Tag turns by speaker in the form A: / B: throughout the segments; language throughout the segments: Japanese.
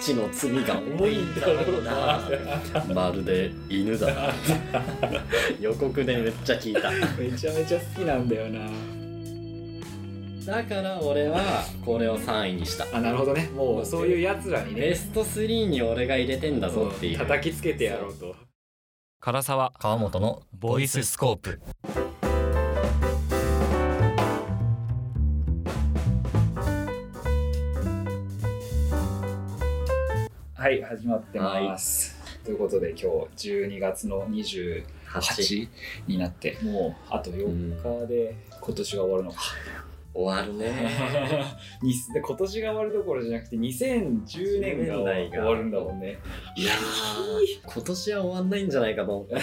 A: ちの罪が重いんだろう なまるで犬だな予告でめっちゃ聞いた
B: めちゃめちゃ好きなんだよな
A: だから俺はこれを3位にした
B: あなるほどねもうそういうやつらに
A: ベ
B: ね
A: スト3に俺が入れてんだぞっていう
B: 叩きつけてやろうと
C: 唐沢
D: 川本のボイススコープ
B: はい始まってます、ということで今日12月の28
A: 8
B: になってもうあと4日で今年が終 わるのか、
A: 終わる ね
B: にで今年が終わるどころじゃなくて2010年が
A: 10年代
B: 終
A: が
B: わるんだもんね
A: いやー今年は終わんないんじゃないかと思った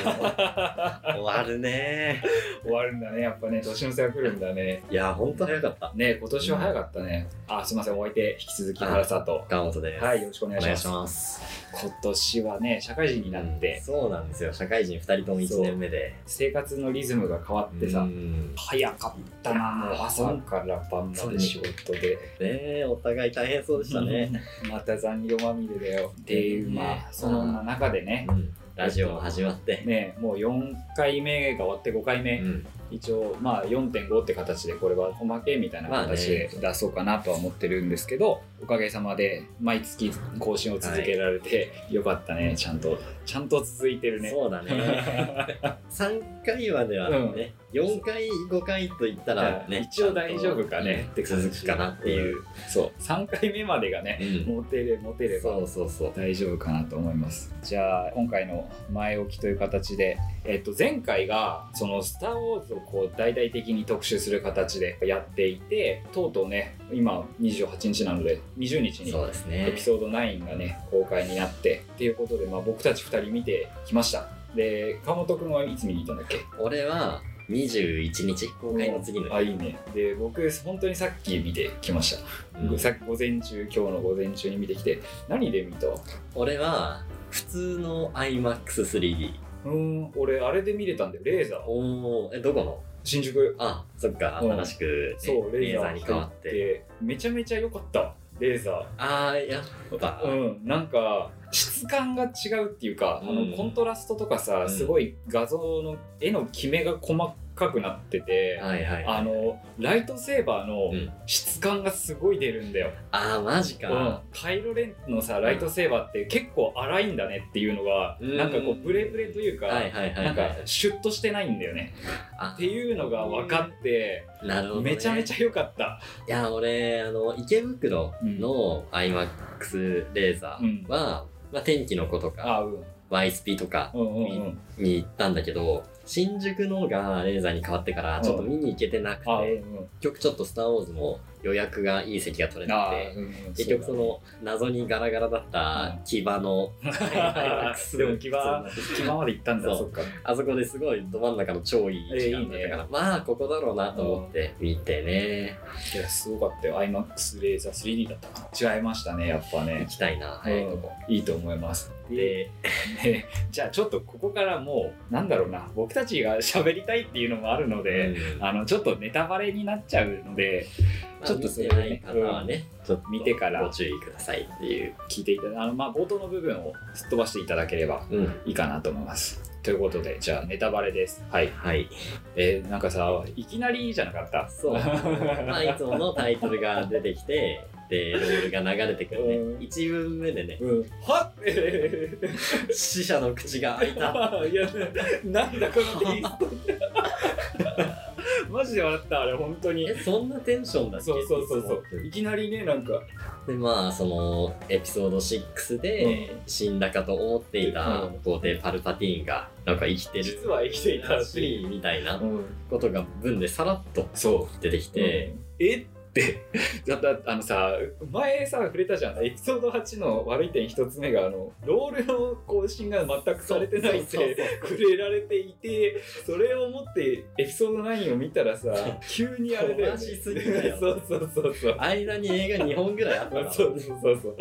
A: 終わるね
B: 終わるんだねやっぱね年の瀬が来るんだね
A: いやーほんと早かった
B: ね今年は早かったね、あすいませんお相手引き続き原沢と
A: 川本です、
B: はいよろしくお願
A: お
B: いし
A: 願
B: ま
A: い
B: す
A: します
B: 今年はね社会人になって
A: そうなんですよ社会人2人とも1年目で
B: 生活のリズムが変わってさ、
A: うん
B: 早かったなもう朝から晩まで仕事で
A: ねえお互い大変そうでしたね、
B: また残業まみれだよっていうまあその中でね
A: うんラジオも始まって、
B: ねもう4回目が終わって5回目、
A: うん
B: 一応まあ4.5って形でこれはおまけみたいな形で出そうかなとは思ってるんですけど、おかげさまで毎月更新を続けられて、よかったねちゃんとちゃんと続いてるね
A: そうだ ね3回はではね、4回5回といったらね
B: 一応大丈夫かね
A: って続くかなっていう、
B: そう3回目までがね
A: うん
B: モテれモテれば
A: そうそうそう
B: 大丈夫かなと思いますじゃあ今回の前置きという形で、えっと、前回が「そのスター・ウォーズ」をこう大々的に特集する形でやっていてとうとうね今28日なので20日に
A: そうですね
B: エピソード9がね公開になってっていうことで、まあ、僕たち2人見てきましたで川本君はいつ見に行ったんだっけ
A: 俺は21日公開の次の
B: あいいねで僕本当にさっき見てきました、
A: うん
B: さっき午前中今日の午前中に見てきて何で見た
A: 俺は普通の iMAX3D
B: うん俺あれで見れたんだよレーザーを
A: おおえどこの
B: 新宿
A: あそっか
B: うん
A: 新しく、ね
B: そうレ
A: レ
B: ー
A: ー
B: ザ
A: ザ
B: ー
A: ーに
B: に変
A: 変
B: わ
A: わ
B: っ
A: って
B: てめちゃめちゃ良かったわレーザ
A: ああやっぱ、
B: ーうんなんか質感が違うっていうか、あ
A: うん
B: のコントラストとかさ、
A: うん
B: すごい画像の絵のキメが細かくなってて、
A: はいはい
B: あのライトセーバーの
A: うん
B: 質感がすごい出るんだよ、
A: ああマジ
B: う
A: か、
B: ん、カイロレンのさライトセーバーって結構粗いんだねっていうのが、
A: うん
B: なんかこうブレブレというか、
A: はいはいはい
B: なん
A: は
B: か
A: い
B: シュッとしてないんだよね
A: あ
B: っていうのが分かって、
A: なるほど、ね、
B: めちゃめちゃ良かった、
A: いや俺あの池袋の iMAX レーザーは、まあ、天気の子とか
B: あうん
A: YSP とか
B: うんうんうん
A: に行ったんだけど新宿のがレーザーに変わってからちょっと見に行けてなくて、
B: あうん
A: 結局ちょっと「スター・ウォーズ」も予約がいい席が取れな
B: あ
A: くて
B: うんうん
A: 結局その謎にガラガラだった騎馬 の
B: そうだねでも牙牙まで行ったんだ
A: そう
B: そっか
A: あそこですごいど真ん中の超いい時間だったから、まあここだろうなと思って見てね
B: いやすごかったよ IMAX レーザー 3D だったかな違いましたねやっぱ
A: 行
B: ね
A: きたいな早いとこ、
B: うんいいと思いますで
A: で
B: でじゃあちょっとここからもうなんだろうな僕たちが喋りたいっていうのもあるので、
A: うん
B: あのちょっとネタバレになっちゃうのでち
A: ち
B: ょ
A: ょ
B: っ
A: っ
B: と
A: と
B: そ
A: そ
B: れ
A: れ
B: はね
A: ない方はね、ちょっと
B: 見てから
A: ご注意くださいっていう。
B: 聞いていただあの、まあ、冒頭の部分をすっ飛ばしていただければ
A: うん。
B: いいかなと思いますということでじゃあネタバレですはい
A: はい。
B: えーなんかさいきなりじゃなかっ た
A: そう。まあ、いつものタイトルが出てきて、で、ロールが流れてくるね。
B: うん
A: 1文目でね、
B: うん、 はっい
A: 死者の口が開い た。
B: やなんだこのテイスト マジで笑ったあれ本当に
A: え、そんなテンションだっけ
B: そうそうそうそういきなりねなんか
A: で、まあ、その、エピソード6で、死んだかと思っていた
B: うん
A: 皇帝パルパティーンが、なんか生きてる。
B: 実は生きていた
A: ら
B: し、
A: しいみたいな
B: うん、
A: ことが文でさらっと
B: そう
A: 出てきて、
B: えってだったあのさ前さ触れたじゃんエピソード8の悪い点一つ目があのロールの更新が全くされてないっ
A: そうそう
B: て触れられていてそれを持ってエピソード9を見た らさ急にあれだよ、ね、
A: 飛ばしすぎだよ
B: そうそうそうそう
A: 間に映画2本ぐらいあったから
B: そうそうそうそう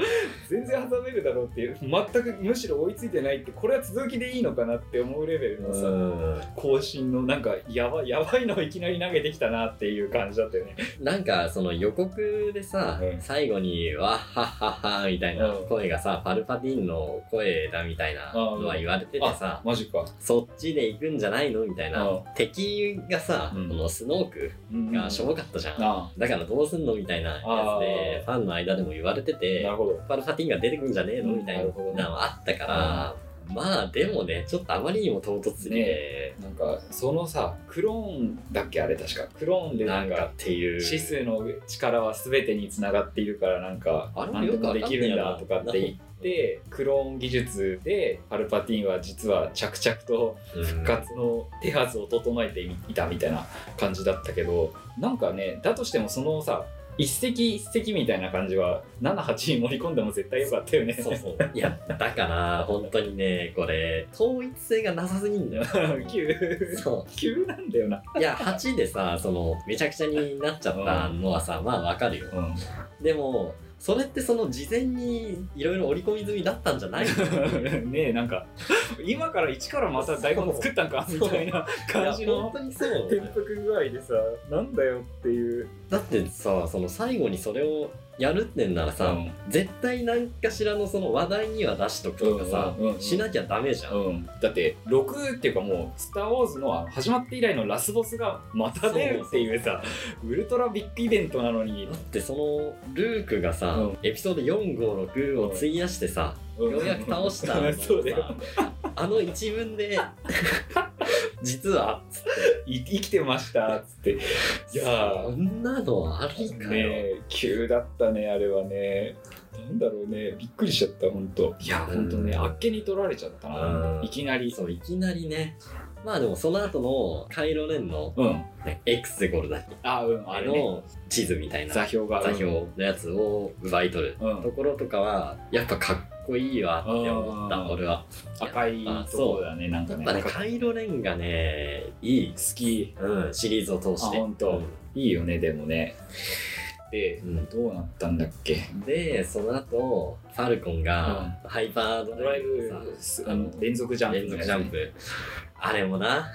B: 全然挟めるだろうっていう全くむしろ追いついてないってこれは続きでいいのかなって思うレベルのさ
A: うん
B: 更新のなんかやばやばいのをいきなり投げてきたなっていう感じだったよね
A: なんかそその予告でさ、
B: うん
A: 最後に「わっはっはっは」みたいな
B: うん
A: 声がさ、パルパティーンの声だみたいなのは言われててさ、
B: マジか、
A: そっちで行くんじゃないのみたいな、
B: うん
A: 敵がさ、
B: うん
A: このスノーク
B: うん
A: がしょぼかったじゃん、
B: あ
A: だからどうすんのみたいなやつでファンの間でも言われて
B: あ
A: て
B: なるほど
A: パルパティーンが出てくんじゃねえのみたいな
B: うんなるほどね
A: のはあったから、まあでもねちょっとあまりにも唐突すぎて、
B: なんかそのさクローンだっけあれ確かクローンで
A: な
B: なんん
A: か
B: か
A: っていう
B: 指数の力は全てにつながっているからなんか
A: あれも
B: 何で
A: よくわ
B: も
A: かん
B: で
A: ね
B: き
A: え
B: る
A: な
B: んだとかって言ってクローン技術でパルパティーンは実は着々と
A: 復
B: 復活の手はずを整えていたみたいな感じだったけどなんかねだとしてもそのさ一石一石みたいな感じは78に盛り込んでも絶対よかったよね
A: そうそういやだから本当にねこれ統一性がなさすぎ んだよ
B: 急
A: そ
B: 急なんだよな、
A: ういや8でさそのめちゃくちゃになっちゃったのはさ、まあわかるよ
B: うん、
A: でもそれってその事前にいろいろ織り込み済みだったんじゃないの
B: ねえなんか今から一からまた台本作ったんかみたいな 感じ
A: いや
B: の
A: 本当にそうだよ
B: 転
A: ね
B: 覆具合でさなんだよっていう
A: だってさその最後にそれをやるってんならさ、
B: うん
A: 絶対何かしらのその話題には出しとくとかさ、
B: うんうんうん
A: しなきゃダメじゃん、
B: うん、だって6っていうかもう「スター・ウォーズ」の始まって以来のラスボスがまた出るっていうさウルトラビッグイベントなのに
A: だってそのルークがさ、
B: うん
A: エピソード456を費やしてさ、ようやく倒したの
B: う
A: を
B: ん
A: さ
B: そうだよ
A: あの一文で 実はっつって
B: い生きてましたっつっていや
A: そんなのあり
B: ー
A: か
B: ね
A: よ、
B: え急だったねあれはねなんだろうねびっくりしちゃった本当いや本当ね
A: うん
B: あっけに取られちゃった
A: う
B: なんいきなり
A: そういきなりねまあでもその後のカイロレンの、
B: うん
A: ね、エクセゴルだっけ
B: あうんあ
A: あ
B: れね
A: の地図みたいな
B: 座標が
A: 座標のやつを奪い取る
B: うん
A: ところとかはやっぱかっこいいわって思っ
B: あ
A: た
B: ー
A: 俺は
B: 赤い
A: あ
B: と
A: そう
B: こだねなんか
A: やっ
B: ね
A: ぱね
B: 好
A: カイロレンがねいい、
B: き
A: うん、シリーズを通して
B: あほんといいよねでもねで
A: うん
B: どうなったんだっけ
A: でその後ファルコンがハイパード
B: ド
A: ラ
B: ラ
A: イ
B: イ
A: ブ
B: ブす
A: あ
B: あ
A: の
B: の連続ジャンプ
A: 連続ジャンプあれもな、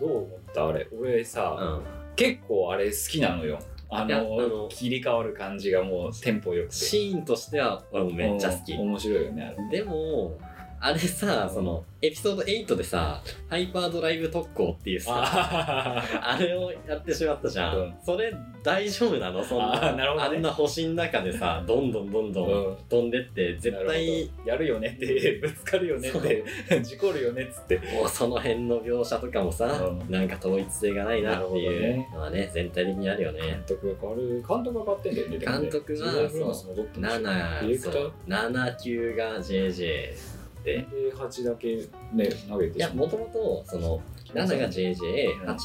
B: どう思ったあれ俺
A: う
B: さ
A: ん、
B: 結構あれ好きなのよあ
A: いやあの
B: の切り替わる感じがもうテンポよくて
A: シーンとしては俺もめっちゃ好き
B: うん面白いよねあれ
A: でもあれさそのエピソード8でさハイパードライブ特攻っていうさ
B: あ
A: あれをやってしまったじゃん、
B: うん
A: それ大丈夫なのそんな
B: あーなるほどね
A: あんな星の中でさどんどんどんどん
B: うん
A: 飛んでって絶対
B: やるよねってぶつかるよねって事故るよねっつって
A: もうその辺の描写とかもさ、
B: うん
A: なんか統一性がないなっていうのはね全体的にあるよね
B: 監督が変わる監督が変わってんだよねでもね
A: 監督が
B: ジョージフローランス戻ってますよディレ
A: 7
B: クタ
A: そ
B: ー
A: う7級が JJ で
B: で8だけね投げて
A: いやもともとその7が JJ8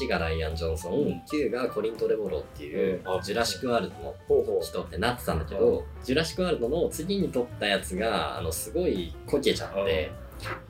B: うん
A: がライアン・ジョンソン、
B: うん
A: 9がコリント・レボロっていう、
B: うんあ
A: ジュラシック・ワールドの
B: ほうほう
A: 人ってなってたんだけど、ジュラシック・ワールドの次に撮ったやつがあのすごいこけちゃって、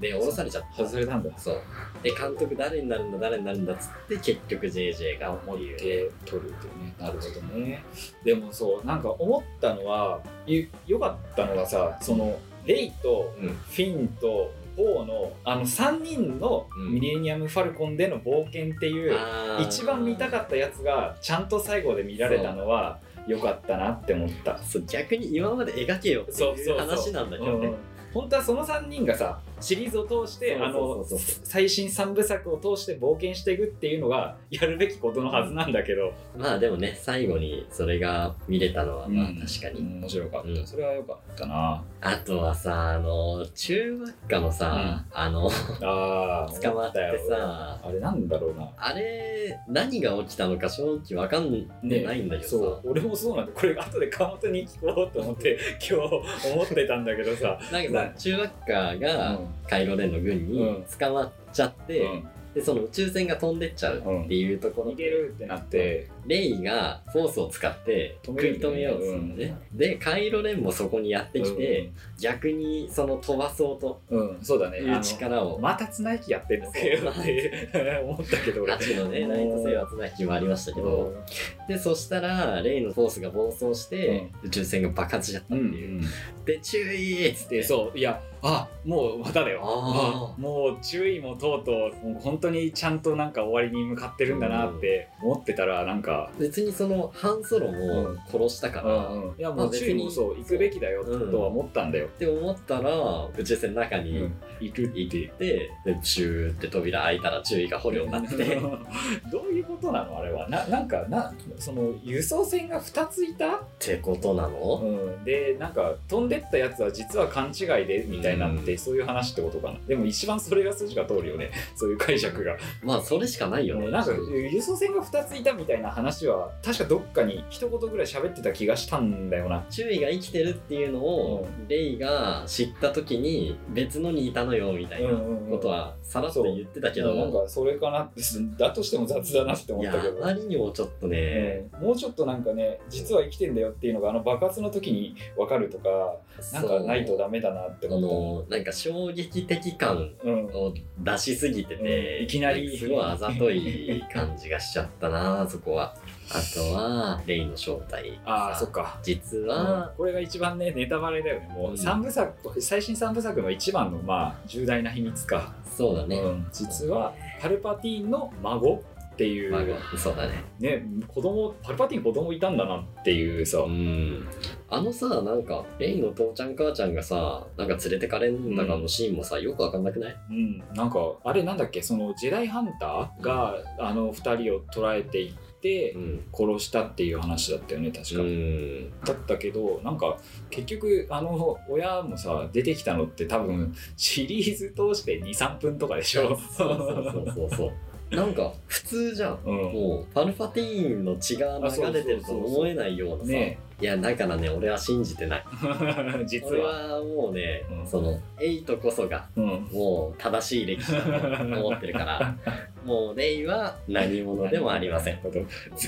A: で降ろされちゃった
B: 外れたんだ
A: そうで監督誰になるんだ誰になるんだっつって結局 JJ がっていう
B: で取るっていうねなるほどねでもそうなんか思ったのはよよかったのがさそのレイと
A: うん
B: フィンとポーのあの3人の
A: うん
B: ミレニアム・ファルコンでの冒険っていう、
A: あー
B: 一番見たかったやつがちゃんと最後で見られたのは良かったなって思った、
A: そう逆に今まで描けよって
B: そう
A: い
B: そううそう
A: 話なんだけどね
B: 本当はその3人がさシリーズを通して
A: そう
B: あ
A: そう
B: の
A: そうそう
B: 最新3部作を通して冒険していくっていうのがやるべきことのはずなんだけど、
A: まあでもね最後にそれが見れたのはまあ
B: うん
A: 確かに、
B: 面白かった、
A: うん
B: それは良かっ たな
A: あとはさあの中学科のさ、あの
B: あー
A: 捕まって
B: 思たよ
A: さ
B: あれなんだろうな
A: あれ何が起きたのか正直わかん
B: ね
A: ないんだけどさ、
B: そう俺もそうなんだこれ後で川本に聞こうと思って 今日思ってたんだけどさ、
A: なんかさ中学科
B: う
A: が
B: ん
A: カイロレンの軍に捕まっちゃって、でその宇宙船が飛んでっちゃうっていうところ
B: 逃げ
A: で、
B: るってなって
A: レイがフォースを使って
B: 止
A: 食
B: める
A: い止めようとするのね、でカイロレンもそこにやってきて、、逆にその飛ばそうと
B: うんうんそうだね
A: いう
B: あ
A: 力
B: の
A: を
B: また綱引きやってんのかよって 思ったけど俺
A: ガチのねライトセイバーつなぎもありましたけどでそしたらレイのフォースが暴走して、宇宙船が爆発しちゃったっ
B: う
A: て
B: んう
A: いう、
B: ん
A: で注意っつって
B: でそういやあもうまただよ
A: あー
B: あもう注意もとうとうもう本当にちゃんとなんか終わりに向かってるんだなって思ってたらなんか
A: 別にそのハンソロも殺したから、
B: いや
A: ま
B: も
A: あ
B: う注意
A: 別
B: も
A: に
B: そう行くべきだよとは思ったんだよ
A: っ、て思ったら宇宙船の中に
B: 行くって
A: 行って、でシューって扉開いたら注意が捕虜になってて
B: どういうことなのあれはななんかなその輸送船が2ついた、
A: ってことなの、
B: うん、でなんか飛んでったやつは実は勘違いでみたいなって、
A: う
B: そういう話ってことかなでも一番それが筋が通るよねそういう解釈が、
A: まあそれしかないよね、
B: なんか輸送船が2ついたみたいな話は確かどっかに一言ぐらい喋ってた気がしたんだよな
A: 注意が生きてるっていうのを、レイが知った時に別のにいたのよみたいなことはさらっと言ってたけど、
B: なんかそれかなってだとしても雑だなって思
A: い
B: っ
A: や
B: たけど
A: あまりにもちょっとね、
B: もうちょっとなんかね実は生きてんだよっていうのがあの爆発の時に分かるとかなんかないとダメだなって
A: そうあ
B: 思っ
A: のなんか衝撃的感
B: た、うん、
A: を出しすぎてて、
B: うんいきなり
A: すごいあざとい感じがしちゃったなそこはあとはレイの正体
B: ああそっか
A: 実は、
B: これが一番ねネタバレだよねも
A: うん
B: う三部作、最新3部作の一番のまあ重大な秘密か、
A: そうだね、
B: うん、実はパルパティーンの孫っていう、
A: まあそうだね
B: ね子供パルパティーン子供いたんだなっていうさ、
A: うんあのさなんかレイの父ちゃん母ちゃんがさなんか連れてかれんだかのシーンもさ、よくわかんなくない
B: うん、なんかあれなんだっけそのジェダイハンターがあの2人を捕らえていって、
A: うん
B: 殺したっていう話だったよね確か、
A: うん
B: だったけどなんか結局あの親もさ出てきたのって多分シリーズ通して23分とかでし
A: そう
B: ょ
A: そうそうそうそうなんか普通じゃん
B: うん
A: もうパルパティーンの血が流れてると思えないようなさ
B: ね
A: いやだからね俺は信じてない
B: 実
A: 俺
B: は、
A: はもうね、
B: うん
A: そのエイトこそが
B: うん、
A: もう正しい歴史だと思ってるから もうレイは何者でもありません
B: こと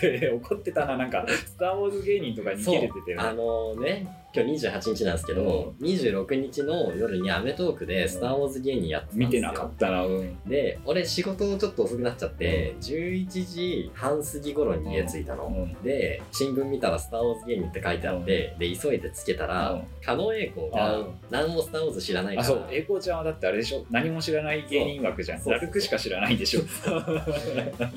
B: で 怒ってたななんか「スター・ウォーズ」芸人とかに
A: そう
B: 切れてて
A: あのね今日28日なんですけど、26日の夜に『アメトーク』で「スター・ウォーズ芸人」やってたんですよ
B: 見てなかったなうん
A: で俺仕事ちょっと遅くなっちゃって、11時半過ぎ頃に家着いたの、
B: うん
A: で新聞見たら「スター・ウォーズ芸人」って書いてあって、で急いでつけたら、
B: うん
A: 狩野英孝が
B: うん
A: 何も「スター・ウォーズ」知らない
B: あ
A: か
B: そう
A: ら
B: 栄光ちゃんはだってあれでしょ何も知らない芸人枠じゃん
A: そう
B: ラルクしか知らないでし ょ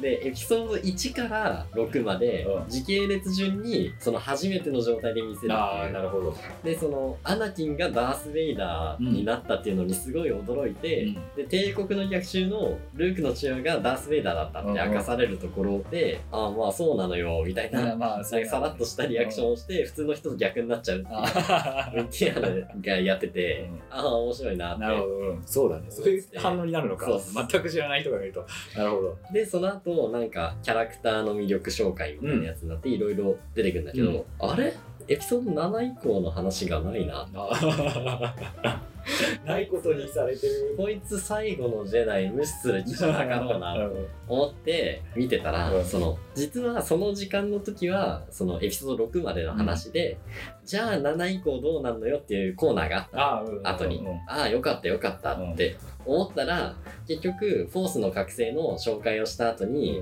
A: でエピソード1から6まで
B: うん
A: 時系列順にその初めての状態で見せるって
B: あ
A: い
B: あ
A: う
B: なるほど、
A: でそのアナキンがダース・ベイダーになったっていうのにすごい驚いて、
B: うん
A: で帝国の逆襲のルークの父親がダース・ベイダーだったって明かされるところで、ああまあそうなのよみたいな,、
B: まあまあそうなんだ
A: さらっとしたリアクションをして、普通の人と逆になっちゃうっていう
B: あ ー
A: ティアナがやってて、
B: うん
A: ああ面白いなって
B: なるほど、うんそうだねそういう反応になるのか
A: そうそう
B: 全く知らない人がいるとなるほど
A: でその後なんかキャラクターの魅力紹介みたいなやつになっていろいろ出てくるんだけど、あれエピソード7以降の話がないな
B: ないことにされてる
A: こいつ最後のジェダイ無視する気じゃなかろうな思って見てたら、
B: うん
A: その実はその時間の時はそのエピソード6までの話で、じゃあ7以降どうなんのよっていうコーナーがあった
B: ああ
A: 後に、ああよかったよかったって思ったら、結局フォースの覚醒の紹介をした後に、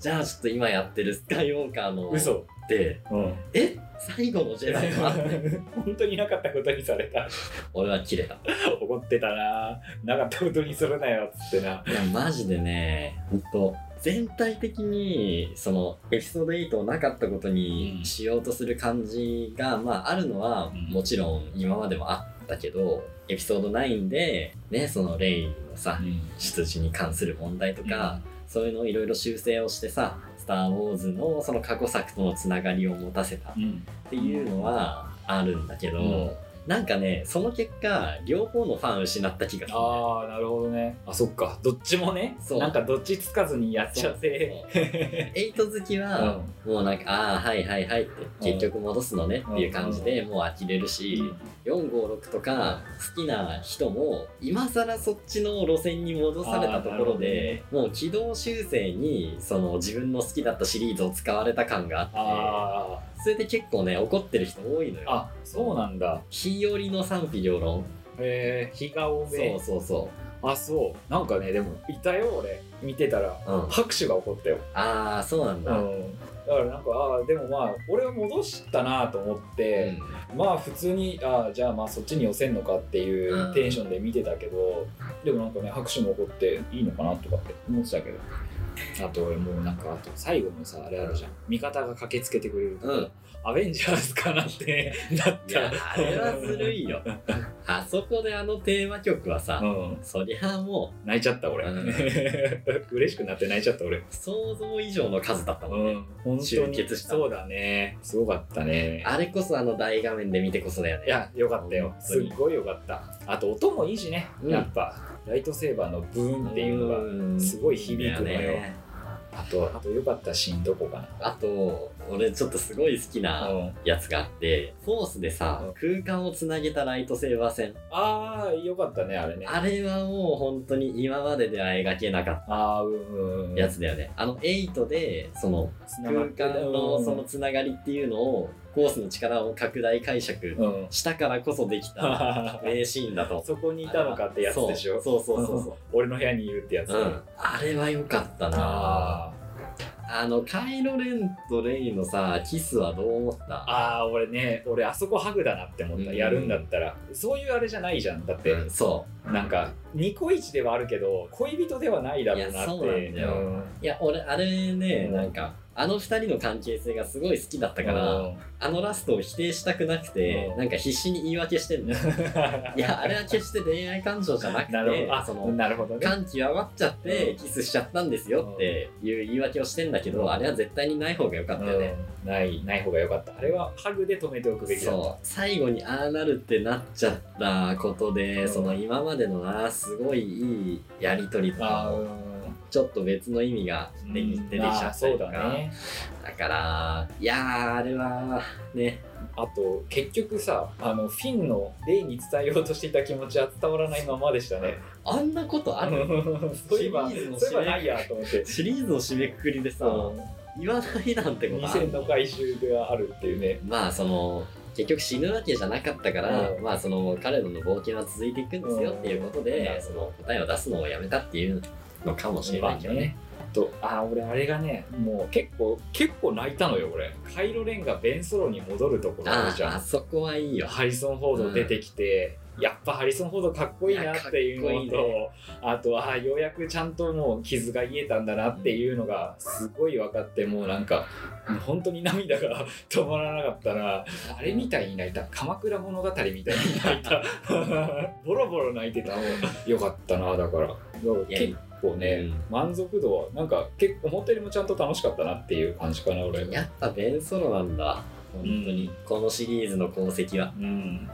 A: じゃあちょっと今やってるスカイウォーカーの
B: 嘘
A: で
B: うん
A: え最後のジェダイは
B: 本当になかったことにされた
A: 俺は切れた
B: 怒ってたななかったことにするなよっつってない
A: やマジでねほんと全体的にそのエピソード8をなかったことにしようとする感じが、まああるのは
B: うん
A: もちろん今までもあったけどエピソード9でねそのレイのさ出自に関する問題とか、そういうのをいろいろ修正をしてさ「スター・ウォーズ」のその過去作とのつながりを持たせた
B: うん
A: っていうのはあるんだけど、
B: うん
A: なんかねその結果両方のファン失った気がするんだよね、
B: ああなるほどねあそっかどっちもね
A: そう
B: なんかどっちつかずにやっちゃって
A: そうエイト好きは、もうなんか、ああ、はいはいはいって、結局戻すのねっていう感じで、もう呆れるし、4、5、6とか、好きな人も、今更そっちの路線に戻されたところで、もう軌道修正に、その自分の好きだったシリーズを使われた感があっ
B: あ
A: て、それで結構ね、怒ってる人多いの
B: ー
A: よ。
B: あそうなんだ
A: 日和の賛否両論。
B: えー、日が多
A: そ
B: め
A: うそうそう。
B: あそうなんかねでもいたよ俺見てたら
A: うん
B: 拍手が起こったよ、
A: ああそうなんだ、うん
B: だからなんかああでもまあ俺は戻したなと思って、まあ普通にああじゃあまあそっちに寄せんのかっていうテンションで見てたけど、でもなんかね拍手も起こっていいのかなとかって思ってたけどあと俺もうなんかあと最後のさあれあるじゃん味方が駆けつけてくれるから、
A: うん
B: アベンジャーズかなって なっ
A: いや
B: た
A: あれはずるい よあそこであのテーマ曲はさ、
B: うん
A: そりゃも
B: 泣いちゃった俺、
A: うん
B: 嬉しくなって泣いちゃった俺
A: う想像以上の数だったもんね、
B: うん、本当
A: 集
B: に
A: 結した
B: そうだねすごかったね
A: あれこそあの大画面で見てこそだよね
B: いやよかったよ
A: 本
B: す
A: 当に
B: っごいよかったあと音もいいしね、
A: うん
B: やっぱライトセーバーのブーンっていうのが
A: が
B: すごい響くのよ
A: ね、
B: あとあとよかったシーンどこか
A: あと俺ちょっとすごい好き
B: な、
A: な
B: うん
A: やつがあってフォースでさ
B: う
A: 空
B: ん
A: 間をつなげたライトセーバー戦
B: ああよかったねあれね
A: あれはもう本当に今まででは描けなかっ
B: あーうんうん
A: たやつだよねあの8でその
B: つなが
A: 空
B: って
A: 間のその
B: うん
A: つながりっていうのをコースの力を拡大解釈
B: うん
A: したからこそできた名シーンだと
B: そこにいたのかってやつでしょ
A: そうそうそうそう
B: 俺の部屋にいるってやつ、
A: そう、うん、あれは良かったな
B: あー
A: あのカイロレンとレイのさキスはどう思った
B: あー俺ね俺あそこハグだなって思った、
A: うん
B: やるんだったらそういうあれじゃないじゃんだって、
A: うんそ
B: なんかニコイチではあるけど恋人ではないだろう
A: いや
B: なって
A: そうなんだよういや俺あれね、
B: うん
A: なんかあの二人の関係性がすごい好きだったか、
B: だからら
A: あのラストを否定したくなくて、
B: うん
A: なんか必死に言い訳してんのいやあれは決して恋愛感情じゃなく
B: なるほ
A: て
B: どあ
A: そ
B: その
A: の
B: なるほどね
A: 感極まっちゃって
B: うん
A: キスしちゃったんですよっていう言い訳をしてんだけど、
B: うん
A: あれは絶対にない方が良かったよね、
B: うんないない方が良かったあれはハグで止めておくべきだった
A: そう最後にああなるってなっちゃったことで、
B: うん
A: その今までのなすごいいいやり取りとか
B: あ
A: もちょっと別の意味が出てき出てきち
B: あ
A: ゃ
B: ー
A: った
B: そ
A: り
B: う
A: とか
B: だね
A: だからいやーあれはね
B: あと結局さあのフィンのレイに伝えようとしていた気持ちは伝わらないままでしたね
A: あんなことある
B: そういえば
A: シリーズの
B: そういえばないやと思って
A: シリーズの締めくくりでさ、言わないなんてことある
B: 2000の回収があるっていうね
A: まあその結局死ぬわけじゃなかったから、
B: うん
A: まあその彼らの冒険は続いていくんですよっていうことで、
B: うん
A: その答えを出すのをやめたっていうのかもしれないけどね。
B: あとあー俺あれがねもう結構結構泣いたのよ俺カイロレンがベンソロに戻るところある
A: あ
B: じ
A: あ
B: ゃ
A: あ
B: ん
A: そこはいいよ。
B: ハリソン・フォード出てきて、やっぱハリソン・フォードかっこいいなっていうのと
A: いやかっこいい
B: あとあーようやくちゃんともう傷が癒えたんだなっていうのがすごい分かってもうなんか本当に涙が止まらなかったなあれみたいに泣いた鎌倉物語みたいに泣いた ボロボロ泣いてたもうよかったなだからだから
A: いや
B: 結構ね、
A: うん
B: 満足度はなんか結構思ったよりもちゃんと楽しかったなっていう感じかな俺
A: やっぱベンソロなんだ。本当に、このシリーズの功績は
B: うん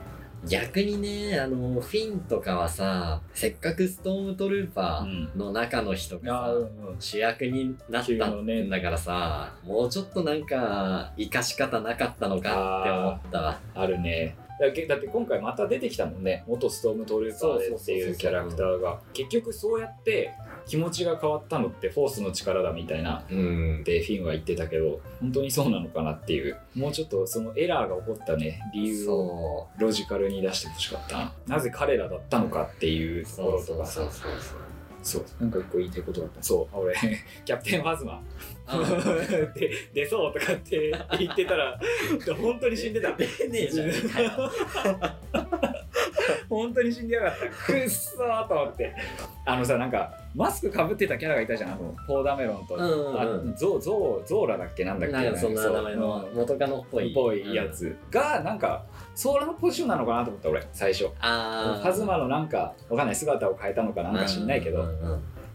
A: 逆にねあのフィンとかはさせっかくストームトルーパーの中の人が
B: あ
A: さ、
B: ーうん
A: 主役になったんだからさ、もうちょっとなんか生かし方なかったのかって思ったわ
B: あるねだけだって今回また出てきたもんね元ストームトルーパーでっていうキャラクターが結局そうやって気持ちが変わったのってフォースの力だみたいな
A: うん
B: でフィンは言ってたけど本当にそうなのかなっていうもうちょっとそのエラーが起こったね理由を
A: そ
B: ロジカルに出してほしかったななぜ彼らだったのかっていう
A: う
B: ところとかさ
A: そうそうそう
B: そうなんか一個言いたいことがあったそうあ俺 キャプテンファズマ
A: あ
B: で出そうとかって言ってたら本当に死んでた
A: 出ねえじゃんみたいな
B: 本当に死んでやがったくっそーと思ってあのさなんかマスクかぶってたキャラがいたじゃんあのポーダメロンと、
A: うんうんうん
B: あゾウゾウゾーラだっけなんだっけ
A: なんかそんな名前の
B: うん
A: 元カノっぽい
B: っぽいやつ、がなんかソーラのポジションなのかなと思った俺最初
A: ああ
B: カズマのなんかわかんない姿を変えたのかなんか知んないけど、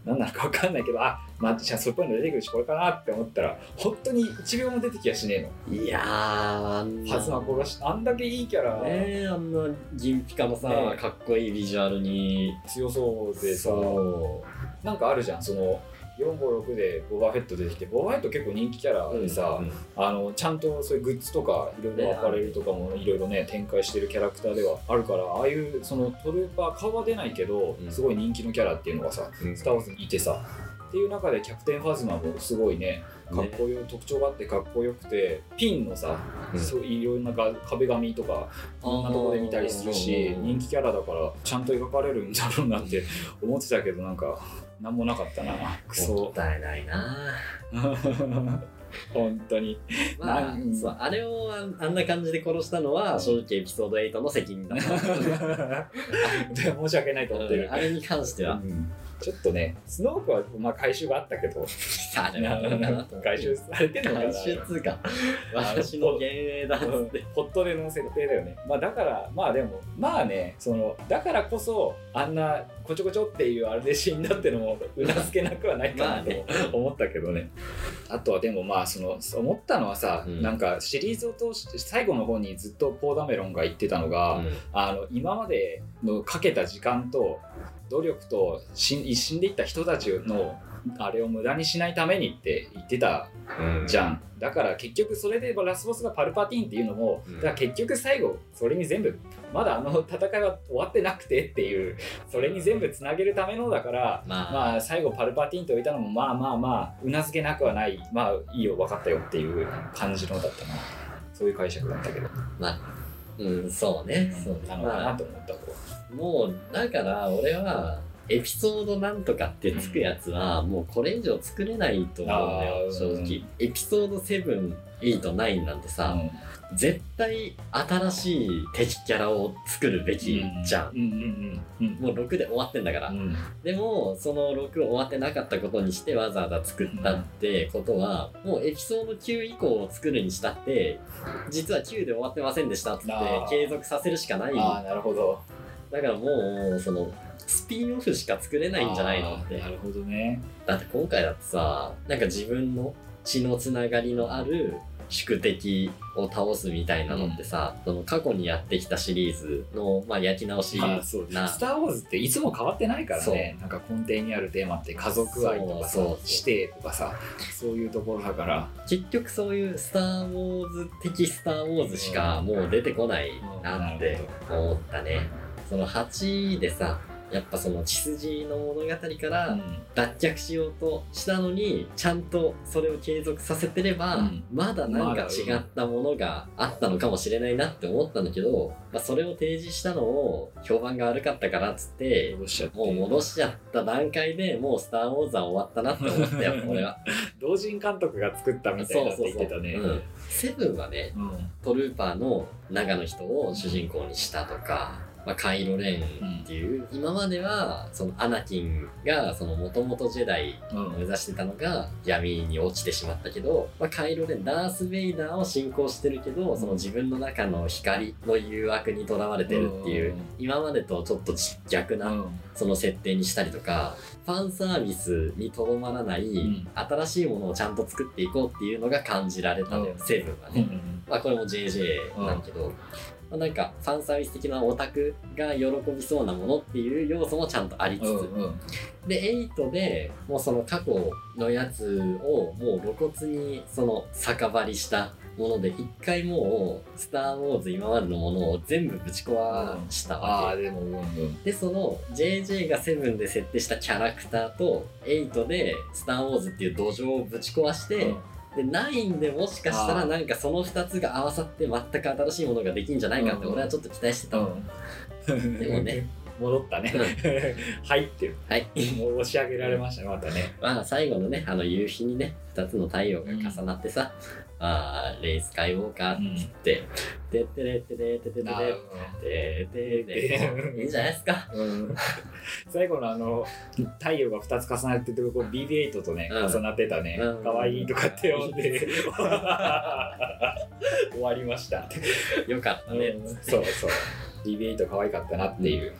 B: なんなのかわかんないけどあまあじゃあそういうポイント出てくるしこれかなって思ったら本当に1秒も出てきやしねえの
A: いやーあんな
B: カズマ殺しあんだけいいキャラ、
A: ねえあんな銀ピカのさ、
B: ねえ
A: かっこいいビジュアルに
B: 強そうでさ
A: そ
B: なんかあるじゃんその456でボバフェット出てきてボバフェット結構人気キャラ
A: う
B: でさ、
A: うん
B: あのちゃんとそういうグッズとかいろいろ
A: ね
B: アパレルとかもいろいろね展開してるキャラクターではあるからああいうそのトルーパー顔は出ないけど
A: うん
B: すごい人気のキャラっていうのがさ、
A: うん
B: スター・ウォーズにいてさっていう中でキャプテンファズマもすごいねかっこよ、特徴があってかっこよくてピンのさ、
A: うん
B: そういろんなが壁紙とかいろんなとこで見たりするし
A: あー
B: 人気キャラだからちゃんと描かれるんだろうなって思ってたけどなんか何もなかったなク
A: も
B: ソ
A: ったいないな
B: 本当 に
A: まあ、
B: うん
A: そうあれをああんな感じで殺したのは正直エピソード8の責任だな
B: で申し訳ないと思ってる
A: うん、あれに関しては、
B: うんちょっとねスノークは、まあ、回収があったけ ど
A: あれはどうかなと思って
B: 回収されて るのかな
A: 回収通貨私の幻影だっつって
B: ホットでの設定だよね、まあ、だからまあでもまあねそのだからこそあんなこちょこちょっていうあれで死んだってのもうなずけなくはないか
A: ま
B: な
A: あ
B: と
A: ね
B: 思ったけどねあとはでもまあその思ったのはさ、
A: うん
B: なんかシリーズを通して最後の方にずっとポーダメロンが言ってたのが、あの今までのかけた時間と努力と死ん死んでいった人たちのあれを無駄にしないためにって言ってた
A: うん
B: じゃんだから結局それでラスボスがパルパティーンっていうのも、
A: うん
B: だから結局最後それに全部まだあの戦いは終わってなくてっていうそれに全部つなげるためのだから
A: まあ、
B: まあ最後パルパティーンと置いたのもまあまあまあうなずけなくはないまあいいよ分かったよっていう感じのだったなそういう解釈だったけど
A: うんそうねそう
B: なのかな
A: ま
B: と思ったと、
A: あもうだから俺はエピソードなんとかってつくやつはもうこれ以上作れないと思うんだ
B: あ
A: よ
B: ー
A: 正
B: う
A: 直エピソード789なんてさ、
B: うん
A: 絶対新しい敵キャラを作るべきじゃん、
B: うんうんうんうん
A: もう6で終わってんだから、
B: うん
A: でもその6終わってなかったことにしてわざわざ作ったってことは、もうエピソード9以降を作るにしたって実は9で終わってませんでしたっつって
B: あー
A: 継続させるしかない
B: ああ
A: だ
B: なるほど
A: からもうそのスピンオフしか作れないんじゃないのって
B: あーなるほどね
A: だって今回だってさなんか自分の血のつながりのある宿敵を倒すみたいなのってさ、その過去にやってきたシリーズの、まあ、焼き直し
B: まあそう
A: な
B: スター・ウォーズっていつも変わってないからねなんか根底にあるテーマって家族愛とかさ
A: そうそうそう
B: 師弟とかさそういうところだから
A: 結局そういう「スター・ウォーズ」的「スター・ウォーズ」しかもう出てこないなって思ったねその8でさやっぱその血筋の物語から脱却しようとしたのにちゃんとそれを継続させてれば、
B: うん
A: まだなんか違ったものがあったのかもしれないなって思ったんだけど、まあ、それを提示したのを評判が悪かったからっつって
B: 戻しちゃって
A: もう戻しちゃった段階でもう「スター・ウォーズ」は終わったなって思ったよ俺は。
B: 同人監督が作った みたいなって言ってたね
A: うんセブンはね
B: うん
A: トルーパーの中の人を主人公にしたとか、まあ、カイロレンっていう、今まではそのアナキンがもともとジェダイ
B: う
A: を
B: ん
A: 目指してたのが闇に落ちてしまったけど、まあ、カイロレンダース・ベイダーを信仰してるけどその自分の中の光の誘惑にとらわれてるっていう
B: うん
A: 今までとちょっと逆なその設定にしたりとかファンサービスにとどまらない、
B: ん
A: 新しいものをちゃんと作っていこうっていうのが感じられたのよ、
B: うん
A: セブンは
B: う
A: ね、
B: ん
A: まあこれも JJ なんだけど、まあ、なんかファンサービス的なオタクが喜びそうなものっていう要素もちゃんとありつつ、
B: うんうん
A: で8でもうその過去のやつをもう露骨にその酒張りしたもので一回もう「スター・ウォーズ」今までのものを全部ぶち壊したわけ
B: あ、あでもうんうん
A: でその JJ がセブンで設定したキャラクターと8で「スター・ウォーズ」っていう土壌をぶち壊して、で9でもしかした
B: あ
A: ら
B: ー
A: なんかその2つが合わさって全く新しいものができんじゃないかって
B: うん
A: 俺はちょっと期待してた、
B: うん
A: でもね
B: 戻ったね 入ってる
A: はい
B: 申し上げられましたねまたね
A: まあ最後のねあの夕日にね2つの太陽が重なってさ、あーレイ・スカイウォーカーって言って「てってれってれってれって
B: な
A: れてってれ」いいんじゃないですか
B: うん最後のあの太陽が2つ重なっててこう BB8 とね、
A: うん
B: 重なってたね
A: うん
B: 可愛、いとかって呼ん で終わりました、
A: よかったね、
B: うんそうそう BB8 可愛かったなっていう、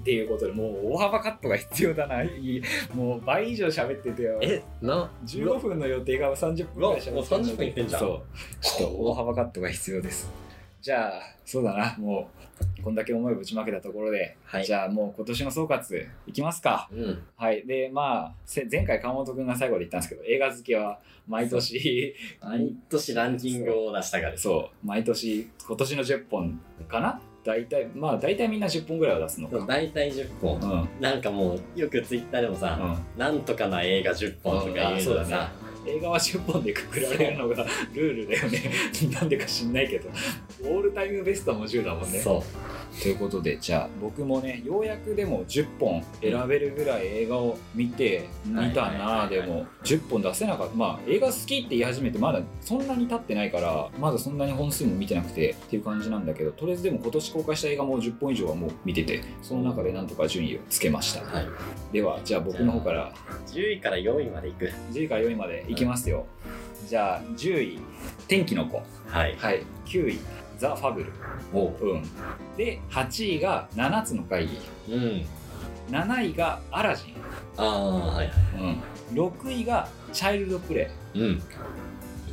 B: っていうことでもう大幅カットが必要だないいもう倍以上喋っててよ
A: えな
B: 15分の予定が30分ぐらい喋って
A: うわもう30分いってんじゃん
B: そうちょっと大幅カットが必要ですじゃあそうだなもうこんだけ思いぶちまけたところで、
A: はい
B: じゃあもう今年の総括いきますか
A: うん
B: はいでまあせ前回川本君が最後で言ったんですけど映画好きは毎年
A: 毎年ランキングを出したがです
B: そう毎年今年の10本かな大体まあ大体みんな10本ぐらいは出すのか、うん
A: 大体10本、
B: うん
A: なんかもうよくツイッターでもさ、なんとかな映画10本とか
B: あ
A: 言う
B: そう
A: の
B: だ
A: がさ
B: ね、映画は10本でくくられるのがルールだよね なんでか知んないけどオールタイムベストも10だもんね
A: そう
B: ということでじゃあ僕もねようやくでも10本選べるぐらい映画を見て
A: はい
B: 見
A: は
B: たなあ
A: いはい
B: で
A: はい
B: も10本出せなかったまあ映画好きって言い始めてまだそんなに経ってないからまだそんなに本数も見てなくてっていう感じなんだけどとりあえずでも今年公開した映画も10本以上はもう見ててその中でなんとか順位をつけました
A: はい
B: ではじゃあ僕の方から
A: 10位から4位までいく
B: 10位から4位までいきますよじゃあ10位「天気の子」
A: はい
B: はい9位「ザ・ファブル
A: おう」
B: うんで8位が「7つの会議」
A: うん
B: 7位がアラジン、
A: ああはいは
B: うん、6位がチャイルドプレ
A: いうん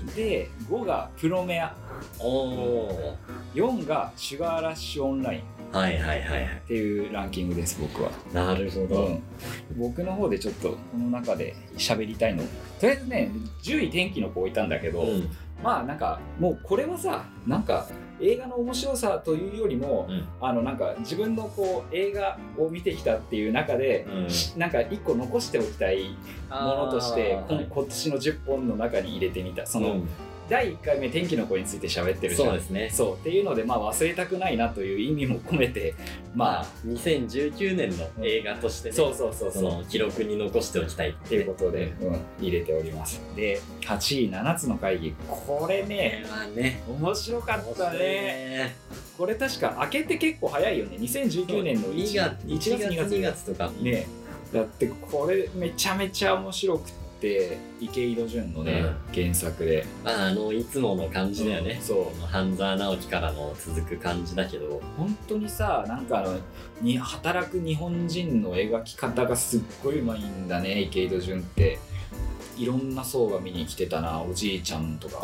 B: イで5がプロメア
A: おお
B: 4がシュガーラッシュオンラインっ
A: はいはいはいはい
B: ていうランキングです僕は、
A: なるほ
B: う
A: ど、
B: ん、僕の方でちょっとこの中で喋りたいのとりあえずね10位天気の子置いたんだけど、
A: うん
B: まあなんかもうこれはさなんか映画の面白さというよりも、
A: うん
B: あのなんか自分のこう映画を見てきたっていう中で、
A: うん
B: しなんか一個残しておきたいものとしてこ
A: あー
B: 今年の10本の中に入れてみたその、
A: うん
B: 第1回目天気の子について喋ってるじゃん
A: そうですね
B: そうっていうのでまあ忘れたくないなという意味も込 めてま
A: ま
B: あ
A: あ2019年の映画としてね、
B: そうそうそう
A: そ
B: そう
A: の記録に残しておきたいっ
B: ってて
A: い
B: いうう
A: こ
B: ことで、うん入れておりますで8位7つの会議これ
A: とね
B: ね
A: これはね
B: 面白か
A: 面
B: った
A: 白い
B: ね
A: ね
B: これ確か開けて結構早いよね2019年の
A: 2
B: 1
A: 月1月
B: 1
A: 2月
B: 2
A: 2
B: 月
A: 月とか
B: ねだってこれめちゃめちゃ面白くって池井戸潤のね、原作で
A: まああのいつもの感じだよね、
B: そう
A: この半沢直樹からの続く感じだけど
B: 本当にさなんかあのに働く日本人の描き方がすっごいうまいんだね池井戸潤っていろんな層が見に来てたなおじいちゃんとか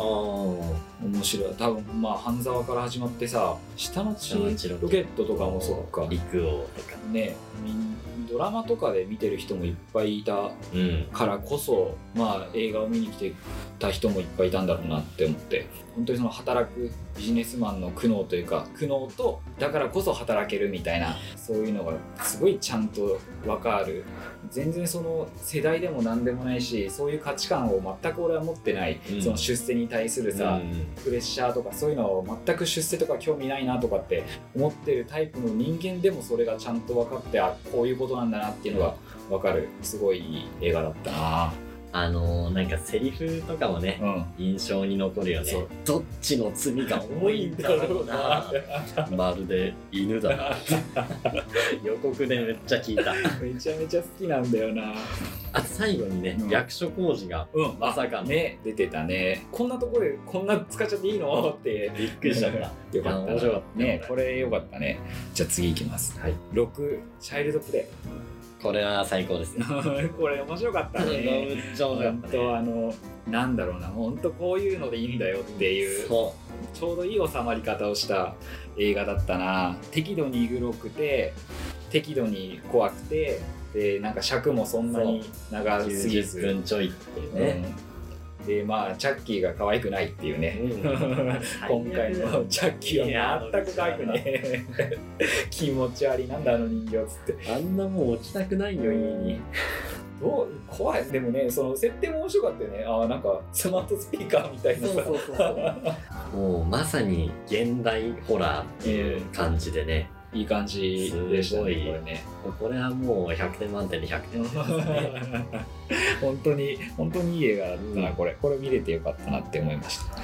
B: 面白い多分まあ半沢から始まってさ下町
A: 下町ロ
B: ロ
A: ケ
B: ケットとかもそっか
A: 陸王とか
B: ねみんドラマとかで見てる人もいっぱいいた
A: うん
B: からこそまあ映画を見に来てた人もいっぱいいたんだろうなって思って本当にその働くビジネスマンの苦悩というか苦悩とだからこそ働けるみたいなそういうのがすごいちゃんと分かる全然その世代でも何でもないしそういう価値観を全く俺は持ってない、
A: うん
B: その出世に対する
A: う
B: さ、
A: ん
B: プレッシャーとかそういうのを全く出世とか興味ないなとかって思ってるタイプの人間でもそれがちゃんと分かってあこういうことなんだなっていうのが分かるすごいいい映画だったな
A: あのーなんかセリフとかもね
B: うん
A: 印象に残るよね
B: そう
A: どっちの罪が重いんだろう なまるで犬だな 予告でめっちゃ聞いた
B: めちゃめちゃ好きなんだよな
A: あと最後にね、
B: うん
A: 役所工事が
B: うん
A: まさかの、
B: ね出てたねこんなところでこんな使っちゃっていいのって
A: びっくりしちゃった
B: よかった
A: いや面白かった
B: ねこれよかったねじゃあ次いきます、
A: はい、
B: 6チャイルド プレ
A: これは最高ですね
B: イこれ面白かったね
A: 上手だっ
B: 本
A: たね
B: 当あのなんだろうな本当こういうのでいいんだよっていう
A: そ
B: ちょうどいい収まり方をした映画だったな適度に黒くて適度に怖くてでなんか尺もそんなに
A: う
B: 長すぎ
A: 90
B: ず、
A: 分ちょいっていう
B: ね
A: ね、
B: でまあチャッキーが可愛くないっていうね、
A: うん
B: 今回のチャッキーは全く可愛くねえ 気持ち悪いなんだあの人形っつって
A: あんなもん置きたくないよ家に
B: どう怖いでもねその設定も面白かったよねああなんかスマートスピーカーみたいなさ
A: うそうそうもうまさに現代ホラーっていう感じでね、
B: いい感じでした
A: すご
B: ね
A: い
B: これね
A: これはもう100点満点で100点ですね
B: 本当に本当にいい映画だったな、
A: うん
B: これこれ見れてよかったなって思いました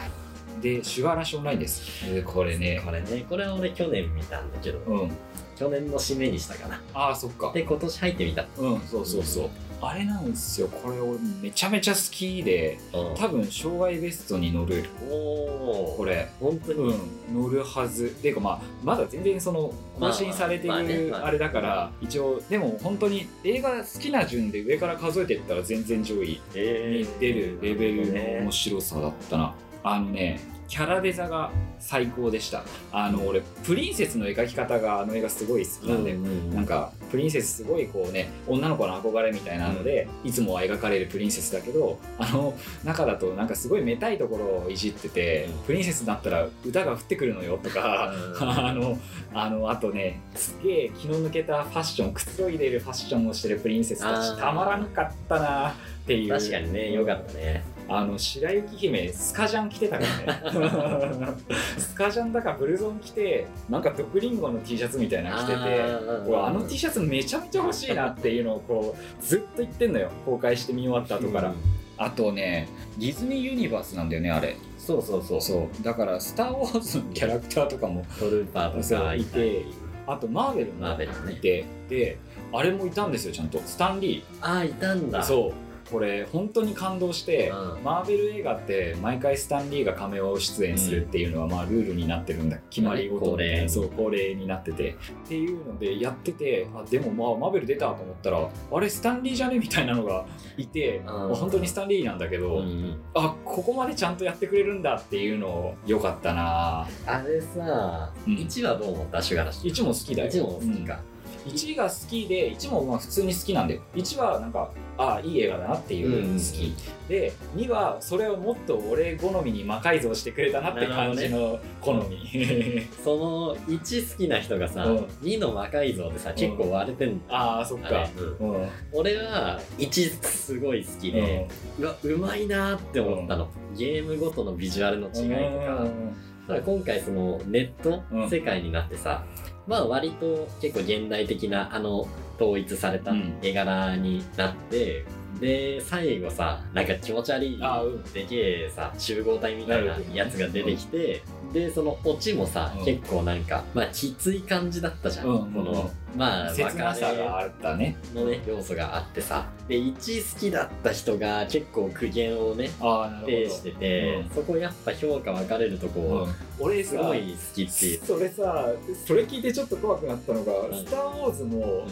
B: で「シュガーラッシュオンライン」ですでこれね
A: これねこれは俺去年見たんだけど
B: うん
A: 去年の締めにしたかな
B: ああそっか
A: で今年入ってみた
B: うんそうそうそう、あれなんですよこれ俺めちゃめちゃ好きで多分障害ベストに乗る
A: おお
B: これ
A: 本当に、
B: うん乗るはずっていうかまあまだ全然その更新されて
A: まあまあまあね
B: る
A: まあ
B: あれだから一応でも本当に映画好きな順で上から数えていったら全然上位
A: え
B: に
A: ー
B: 出るレベルの面白さだったな。あのね、キャラデザが最高でしたあの俺プリンセスの描き方があの映画すごい好きなんで、なんかプリンセスすごいこうね女の子の憧れみたいなので、いつもは描かれるプリンセスだけどあの中だとなんかすごいめたいところをいじってて、
A: うん
B: プリンセスになったら歌が降ってくるのよとか、
A: うん
B: あのあのあとねすげえ気の抜けたファッションくつろいでるファッションをしてるプリンセスた
A: あ
B: ち
A: ー
B: たまらんかったなっていう
A: 確かにねよかったね
B: あの白雪姫スカジャン着てたから ねスカジャンだからブルゾン着てなんか毒リンゴの T シャツみたいなの着てて。こうあの T
A: シ
B: シャツめちゃめちゃ欲しいなっていうのをこうずっと言ってんのよ公開して見終わった後から、あとねディズニーユニバースなんだよねあれ
A: そうそうそう
B: そうだから「スター・ウォーズ」のキャラクターとかも
A: トルーパーと
B: そ
A: か
B: ういてあとマーベル
A: マ
B: も
A: ーベル
B: い
A: ね
B: てであれもいたんですよちゃんとスタンリー
A: ああいたんだ
B: そうこれ本当に感動して、
A: うん
B: マーベル映画って毎回スタンリーがカメオ出演するっていうのはまあルールになってるんだ決まり事
A: 恒例
B: そう恒例になっててっていうのでやっててあでもまあマーベル出たと思ったらあれスタンリーじゃねみたいなのがいて、
A: ん
B: まあ本当にスタンリーなんだけど、
A: うん
B: あここまでちゃんとやってくれるんだっていうのをよかったな
A: あれさ
B: うん
A: 1はどう思ったシュガラシ
B: 1も好きだよ
A: 1も好きか
B: 1が好きで1もまあ普通に好きなんで1はなんかああいい映画だなっていう
A: うん
B: 好き、で2はそれをもっと俺好みに魔改造してくれたなって感じの好み、
A: その1好きな人がさ
B: うん
A: 2の魔改造でさ結構割れてんだ
B: ああそっ
A: あれ
B: か
A: うん
B: うん、うん
A: 俺は1すごい好きでうわうまいなーって思ったのゲームごとのビジュアルの違いとかただ今回そのネット
B: うん
A: 世界になってさ、まあ割と結構現代的なあの統一された
B: うん
A: 絵柄になって、で最後さなんか気持ち悪い
B: ああうん
A: でけえさ集合体みたいなやつが出てきて、でそのオチもさ、
B: うん
A: 結構なんかまあきつい感じだったじゃん、
B: うん
A: このまあ
B: 切なさが
A: 別
B: あったね
A: れのね要素があってさで1好きだった人が結構苦言をね
B: ああな
A: 呈
B: るほ
A: してて、
B: うん
A: そこやっぱ評価分かれるとこ、
B: ど、うん俺
A: す
B: さ
A: ごい好きっていう。
B: それさそれ聞いてちょっと怖くなったのが「
A: うん
B: スター・ウォーズ」も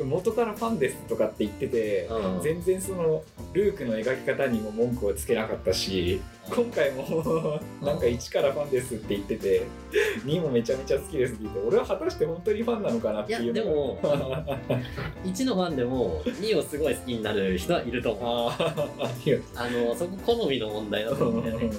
A: う
B: 元からファンですとかって言ってて、
A: ん
B: 全然そのルークの描き方にも文句をつけなかったし今回もなんか一からファンですって言ってて2もめちゃめちゃ好きですって言って俺は果たして本当にファンなのかなっ
A: い
B: て
A: や
B: いう
A: で
B: の
A: も1のファンでも2をすごい好きになる人はいると思う
B: が ありがと
A: あのそこ好みの問題だと
B: う
A: 思うんだよね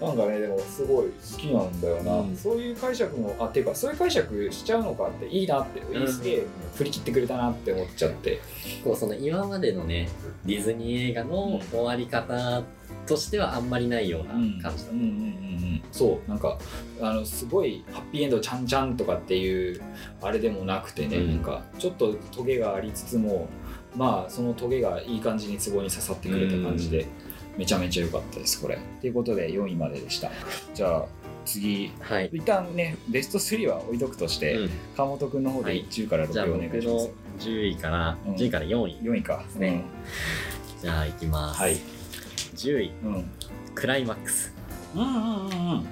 B: なんかねでもすごい好きなんだよな、
A: うん
B: そういう解釈もあっていうかそういう解釈しちゃうのかっていいなっていいすげえ振り切ってくれたなって思っちゃって
A: 結構その今までのねディズニー映画の終わり方としてはあんまりないような感じだ
B: うんうんうんうんそうなんかあのすごいハッピーエンドちゃんちゃんとかっていうあれでもなくてね、
A: うん
B: なんかちょっとトゲがありつつもまあそのトゲがいい感じにツボに刺さってくれた感じで、めちゃめちゃ良かったですこれということで4位まででしたじゃあ次
A: はい、
B: 一旦ねベスト3は置いとくとして、
A: うん
B: 川本君の方で
A: はい
B: 1位から
A: じゃあ
B: 6位お
A: 僕
B: 願いします、
A: の10位から
B: うん
A: 10位から4位、
B: 4位か、
A: ねじゃあいき
B: うん
A: ます、
B: はい、
A: 10位
B: うん、
A: クライマックス
B: うんうんうんうん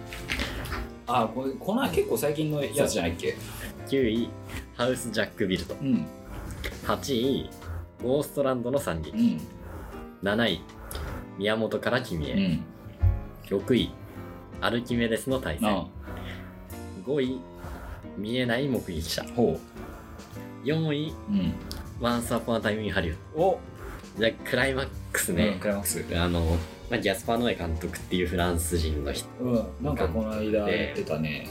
B: あこれこの前結構最近のやつじゃないっけ
A: 9位ハウスジャックビルド
B: うん
A: 8位ゴーストランドの惨劇、
B: うん
A: 7位宮本から君へ、
B: うん
A: 6位アルキメデスの対戦
B: あ
A: 5位見えない目撃者
B: ほ
A: 4位
B: ううん
A: ワンスアポアタイムインハリウッ
B: お
A: ドじゃあクライマックス
B: ね
A: ね
B: ク、ライマックス
A: あの、まあ、ギャスパー・ノエ監督っていうフランス人の人
B: うんなんかこの間やってたね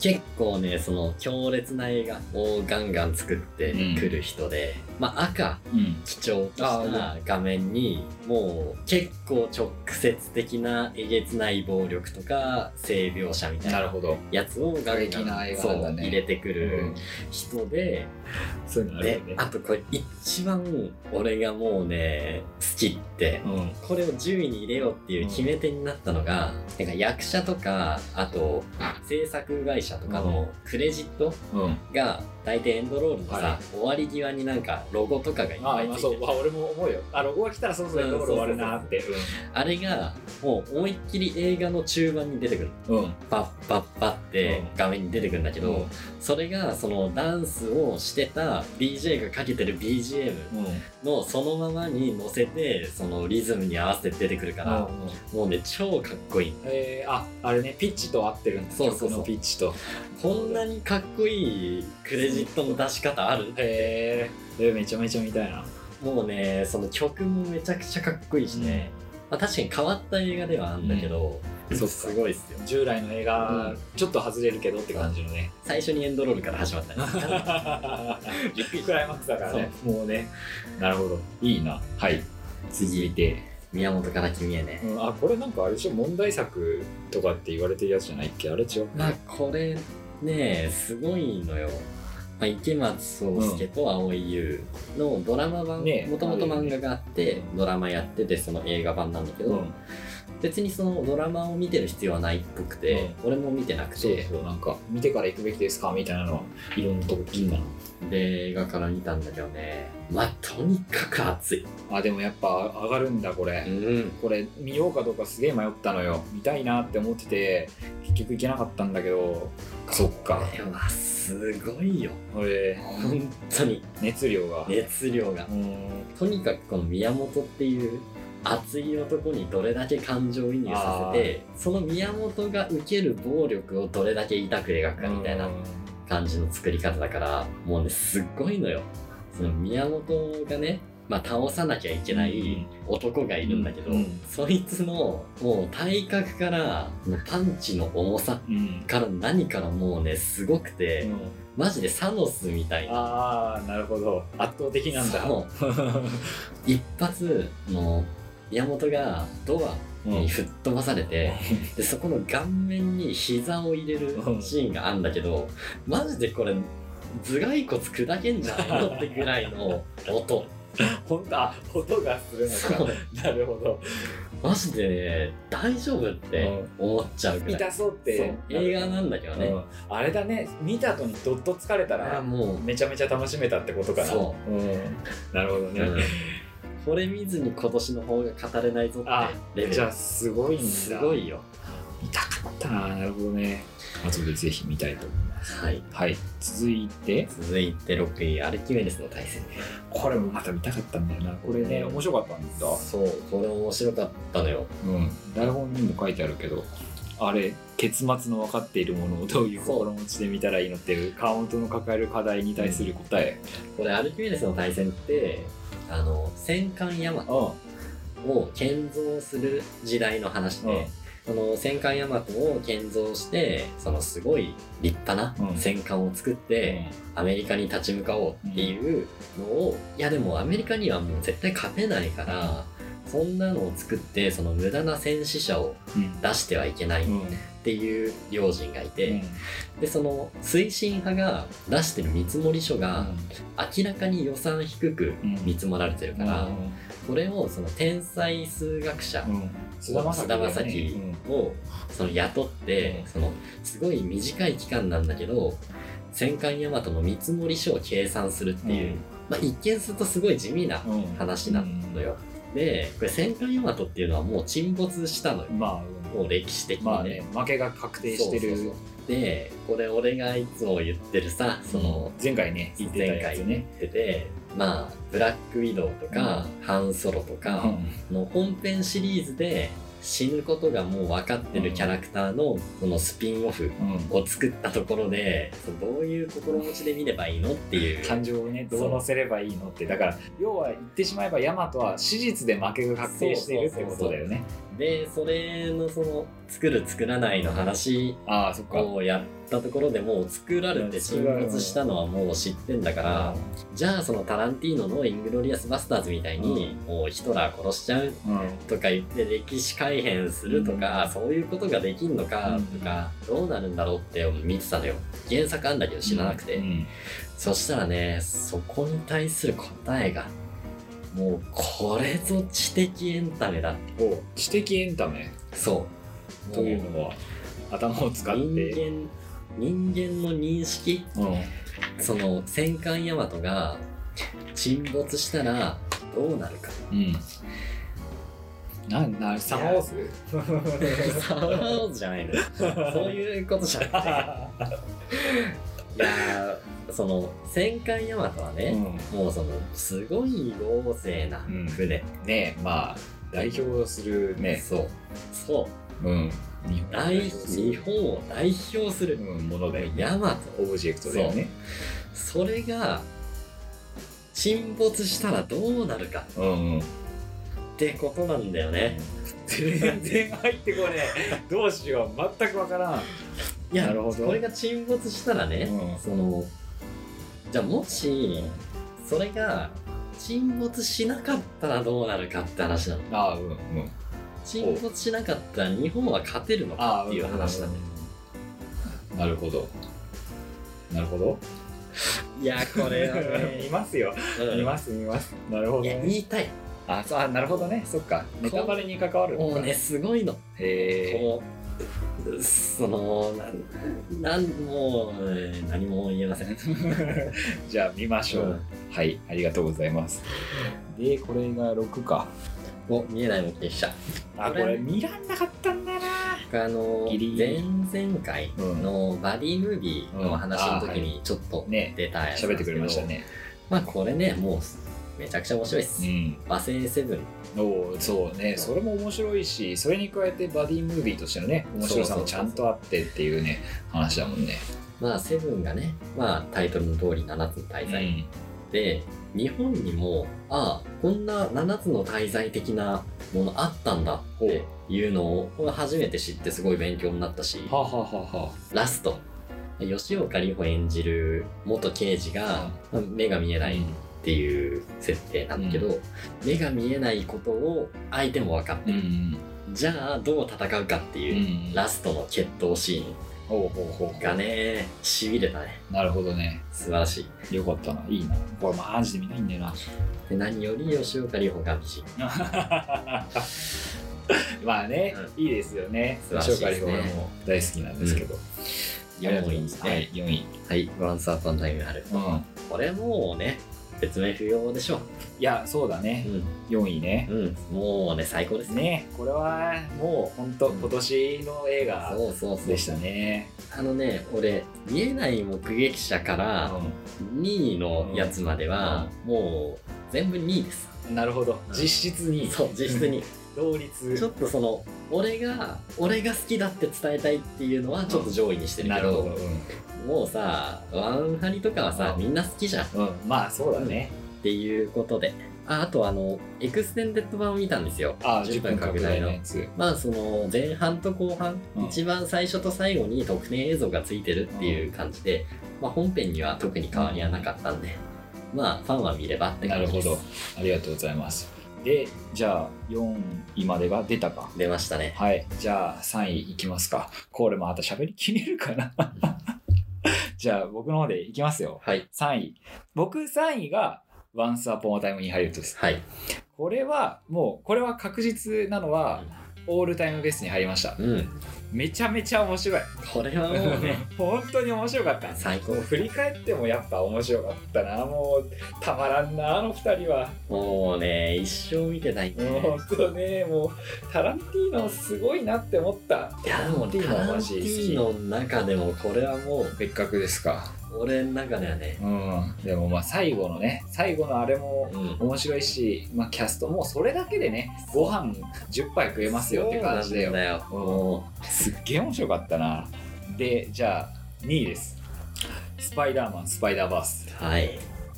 A: 結構ねその強烈な映画をガンガン作ってくる人で、まあ赤
B: うん
A: 基調とした画面にもう結構直接的なえげつない暴力とか性描写みたい
B: な
A: な
B: るほど
A: やつをガン
B: 過激
A: ガ
B: な
A: ン
B: 映画
A: そ
B: なんだ
A: う
B: ね
A: 入れてく
B: う
A: る
B: ん
A: 人で、
B: そういうのある
A: で
B: よね
A: あとこれ一番俺がもうね好きって
B: うん
A: これを10位に入れようっていう決め手になったのが、なんか役者とかあと制作会社とかのクレジット
B: うん
A: が大体エンドロールのさ、
B: は
A: 終わり際になんかロゴとかがいっ
B: あ
A: ぱ
B: あ
A: い
B: 今
A: つい
B: そ
A: て
B: う
A: る
B: あ俺も思うよあロゴが来たらそろそろところ終わるなーって
A: あれがもう思いっきり映画の中盤に出てくる
B: うんうん
A: パッパッパって
B: うん
A: 画面に出てくるんだけ
B: け
A: ど、それがそのダンスをしてた DJ がかけてる BGM のそのままに乗せてそのリズムに合わせて出てくるから、もうね超かっこいい
B: えー、ああれねピッチと合ってるんだ
A: そうそうそう
B: 曲のピッチと
A: こんなにかっこいいクレジットの出し方ある
B: へえー、めちゃめちゃ見たいな
A: もうねその曲もめちゃくちゃかっこいいしね、まあ、確かに変わった映画ではあるんだけど、
B: うん
A: そ
B: そっ
A: う
B: か
A: すごいっすよ
B: 従来の映画、
A: うん
B: ちょっと外れるけどって感じのね
A: 最初にエンドロールから始まったね
B: びっくりクライマックスだからねもうねなるほどいいなはい続いて、
A: 宮本から君へね、
B: うん、あこれなんかあれでしょ問題作とかって言われてるやつじゃないっけあれ違う
A: まあこれねすごいのよ、まあ、池松壮亮と蒼井優のドラマ版
B: ね
A: もともと漫画があって、ドラマやっててその映画版なんだけど、
B: うん
A: 別にそのドラマを見てる必要はないっぽくて、俺も見てなく
B: そう
A: て
B: そうなんか見てから行くべきですかみたいなのはいろんなとこ聞いたな、
A: で映画から見たんだけどねまあとにかく熱い、
B: あでもやっぱ上がるんだこれ、
A: ん、
B: これ見ようかどうかすげえ迷ったのよ見たいなって思ってて結局行けなかったんだけどそっか
A: これはすごいよ
B: これ
A: 本当に
B: 熱量が
A: 熱量が
B: うーん
A: とにかくこの宮本っていう熱い男にどれだけ感情移入させてその宮本が受ける暴力をどれだけ痛く描くかみたいな感じの作り方だからもうねすっごいのよその宮本がねまあ倒さなきゃいけない男がいるんだけど、
B: うん
A: そいつのもう体格からもうパンチの重さ
B: うん、
A: から何からもうねすごくて、
B: うん
A: マジでサノスみたいな
B: ああなるほど圧倒的なんだ
A: そう一発の宮本がドア
B: うん
A: に吹っ飛ばされて、でそこの顔面に膝を入れるシーンがあるんだけど、マジでこれ頭蓋骨砕けんじゃないのってぐらいの音
B: ほんとあ音がする
A: そ
B: の
A: う
B: かなるほど
A: マジでね大丈夫って思っちゃうぐらい、
B: 痛そうっ
A: そ
B: て
A: う映画なんだけどね、
B: うんあれだね見た後にどっと疲れた
A: あ
B: ら
A: もう、
B: めちゃめちゃ楽しめたってことかな
A: そ
B: うん、なるほどね、
A: うんこれ見ずに今年の方が語れないぞ
B: あ
A: ってレベ
B: じゃ
A: ル
B: あすごいんだ
A: すごいよ
B: 見たかったななるほどね後でぜひ見たいと思います
A: はい
B: はい続いて
A: 続いて6位アルキメデスの対戦
B: これもまた見たかったんだよなこれね面白かったんだ
A: そうこれ面白かったのよ
B: うん台本にも書いてあるけどあれ結末の分かっているものをどういう心持ちで見たらいいのっていうカウントの抱える課題に対する答え
A: これアルキメデスの対戦ってあの戦艦ヤマト
B: あ
A: を建造する時代の話で、その戦艦ヤマトを建造してそのすごい立派な
B: うん
A: 戦艦を作って、アメリカに立ち向かおうっていうのを、いやでもアメリカにはもう絶対勝てないから、そんなのを作ってその無駄な戦死者を
B: うん
A: 出してはいけないっ
B: うん
A: ていう用心がいて、
B: うん
A: でその推進派が出してる見積書が明らかに予算低く見積もられてるから、
B: うん
A: これをその天才数学者
B: うん菅田将暉だよね
A: 菅田将暉
B: うん
A: をその雇って
B: うん
A: そのすごい短い期間なんだけど戦艦ヤマトの見積もり書を計算するっていう、
B: うん
A: まあ、一見するとすごい地味な
B: うん
A: 話なのよ。でこれ戦艦ヤマトっていうのはもう沈没したのよ
B: うんまあ
A: もう歴史的
B: うんまあ
A: に
B: ね
A: ね。
B: 負けが確定してる
A: そうそうそうでこれ俺がいつも言ってるさその
B: 前回ね言ってた
A: 前
B: や
A: 回
B: つ
A: 言
B: ね
A: ってて、まあ、ブラックウィドウとか、ハンソロとかの本編シリーズで死ぬことがもう分かってるキャラクターのそのスピンオフ
B: うん
A: を作ったところでそのどういう心持ちで見ればいいのっていう
B: 感情をねどう乗せればいいのってだから要は言ってしまえばヤマトは史実で負けが確定しているってことだよね
A: でそれのその作る作らないの話
B: ああそっか
A: をやったところでもう作られて沈没したのはもう知ってんだからじゃあそのタランティーノの「イングロリアス・バスターズ」みたいにもうヒトラー殺しちゃう
B: うん
A: とか言って歴史改変するとか、
B: うん
A: そういうことができんのかとか、どうなるんだろうって見てたのよ原作あんだけど知らなくて、
B: うん
A: そしたらねそこに対する答えがもうこれぞ知的エンタメだ
B: お知的エンタメ
A: そう
B: というのは頭を使っ
A: もう
B: て
A: 人間人間の認識
B: うん
A: その戦艦ヤマトが沈没したらどうな るか
B: うんなんなサマーウォーズ
A: サマーウォーズじゃないのよそう いうことじゃなくていやーその戦艦ヤマトはね、もうそのすごい豪勢な船、
B: ねえまあ代表するね
A: そうそう
B: うん日本を代
A: 大
B: 表する
A: 日本を代表する
B: うんものだよね
A: ヤマ
B: オ
A: ト
B: ブジェクトだよね
A: それが沈没したらどうなるか
B: うんうん
A: ってことなんだよね
B: 全然入ってこねえどうしよう全くわからん
A: いや
B: なるほど
A: これが沈没したらね、
B: うん
A: そのじゃあもしそれが沈没しなかったらどうなるかって話なの
B: ああうんうん
A: 沈没しなかったら日本は勝てるのかっていう話だね
B: なるほどなるほど
A: いやこれは
B: 見
A: ね、
B: ますよ
A: うん
B: 見ます見ますなるほど
A: いや
B: ね
A: 言いたい
B: あそうあなるほどねそっかネタバレに関わるの
A: も
B: か
A: うねすごいの
B: へえ
A: こうそのなんなんもうえー何も言えません、
B: じゃあ見ましょう、はいありがとうございますでこれが6か
A: お見えない目撃者
B: あ
A: こ
B: こ
A: れ
B: れ見らんなかったんだな
A: 僕あの
B: ギリ
A: 前々回のバディムービーの話の時にちょっと
B: ね
A: 出たやつなん
B: 喋っ
A: です
B: てく
A: け
B: れ
A: ど
B: ましたね
A: まあこれねもうめちゃくちゃ面白いです、
B: ん
A: 和製セブン
B: おーそうねそれも面白いしそれに加えてバディムービーとしてのね面白さもちゃんとあってっていうね話だもんね、
A: まあセブンがねまあタイトルの通り7つの
B: う
A: 滞在
B: ん、
A: で、日本にもああこんな7つの滞在的なものあったんだっていうのをこれ初めて知ってすごい勉強になったし
B: はあ、はあはあは
A: ラスト吉岡里帆演じる元刑事が目が見え
B: あ
A: ないっていう設定なんだけど、目が見えないことを相手も分かって
B: うんう
A: る、
B: ん
A: じゃあどう戦うかって
B: うんう
A: いう、
B: ん
A: ラストの決闘シ
B: ほうほうほうほ
A: ーン
B: う
A: がねしびれたね
B: なるほどね
A: 素晴らしい
B: よかったないいなこれマジで見ないんだよな
A: で何より吉岡里帆が美人
B: まあね、いいですよね
A: 素晴らしいですね
B: 吉岡里帆も大好きなんですけど、
A: うん
B: ありがとうございます
A: 四位
B: はい4位
A: はい「ワンサーパンタイムある」
B: うん
A: これもうね説明不要でしょ
B: いやそうだね
A: う
B: 4位ね、
A: ん、うん、もうね最高ですね
B: ねこれはもう本当今年の映画
A: そうそうそう
B: でしたね、
A: あのね俺見えない目撃者から2位のやつまではもう全部2位です
B: うんなるほど
A: うん
B: 実質に
A: そう実質に
B: 同率
A: ちょっとその俺が俺が好きだって伝えたいっていうのはちょっと上位にしてる
B: な
A: け
B: るほ
A: ど
B: ど、
A: もうさワンハリとかはさ
B: うん
A: みんな好きじゃんっ
B: うんうんまあそうだね、
A: ていうことでああとあのエクステンデッド版を見たんですよ
B: ああ
A: 10
B: 10
A: 分
B: 分
A: 拡
B: 拡
A: 大
B: 大
A: の
B: のやつ
A: まあその前半と後半、
B: うん
A: 一番最初と最後に特典映像がついてるっていう感じで、まあ、本編には特に変わりはなかったんで、まあファンは見ればって
B: な
A: 感
B: る
A: じ
B: ほ
A: です
B: どありがとうございますでじゃあ4位までが出たか
A: 出ましたね
B: はいじゃあ3位いきますかこれまた喋りきれるかな じゃあ僕の方でいきますよ
A: はい
B: 3位僕3位が「Once Upon a Time in Hollywood」です
A: はい
B: これはもうこれは確実なのはオールタイムベースに入りました
A: うん
B: めちゃめちゃ面白い
A: これはもう ね
B: 本当に面白かった
A: 最高
B: もう振り返ってもやっぱ面白かったなもうたまらんなあの2人は
A: もうね一生見てないね
B: もう本当ねもうタランティーノすごいなって思った
A: いやでも
B: タランテ
A: タ
B: ィーノは
A: ラン
B: マ
A: テ
B: ジ
A: ィーノの中でもこれはもう
B: 別格ですか
A: 俺の中ではね
B: うんでもまあ最後のね最後のあれも
A: うん
B: 面白いし、まあ、キャストもうそれだけでねご飯10杯食えますよって感じだよ
A: そうなんだよ
B: うん
A: も
B: すっげえ面白かったなでじゃあ2位ですスパイダーマンスパイダーバース
A: うはい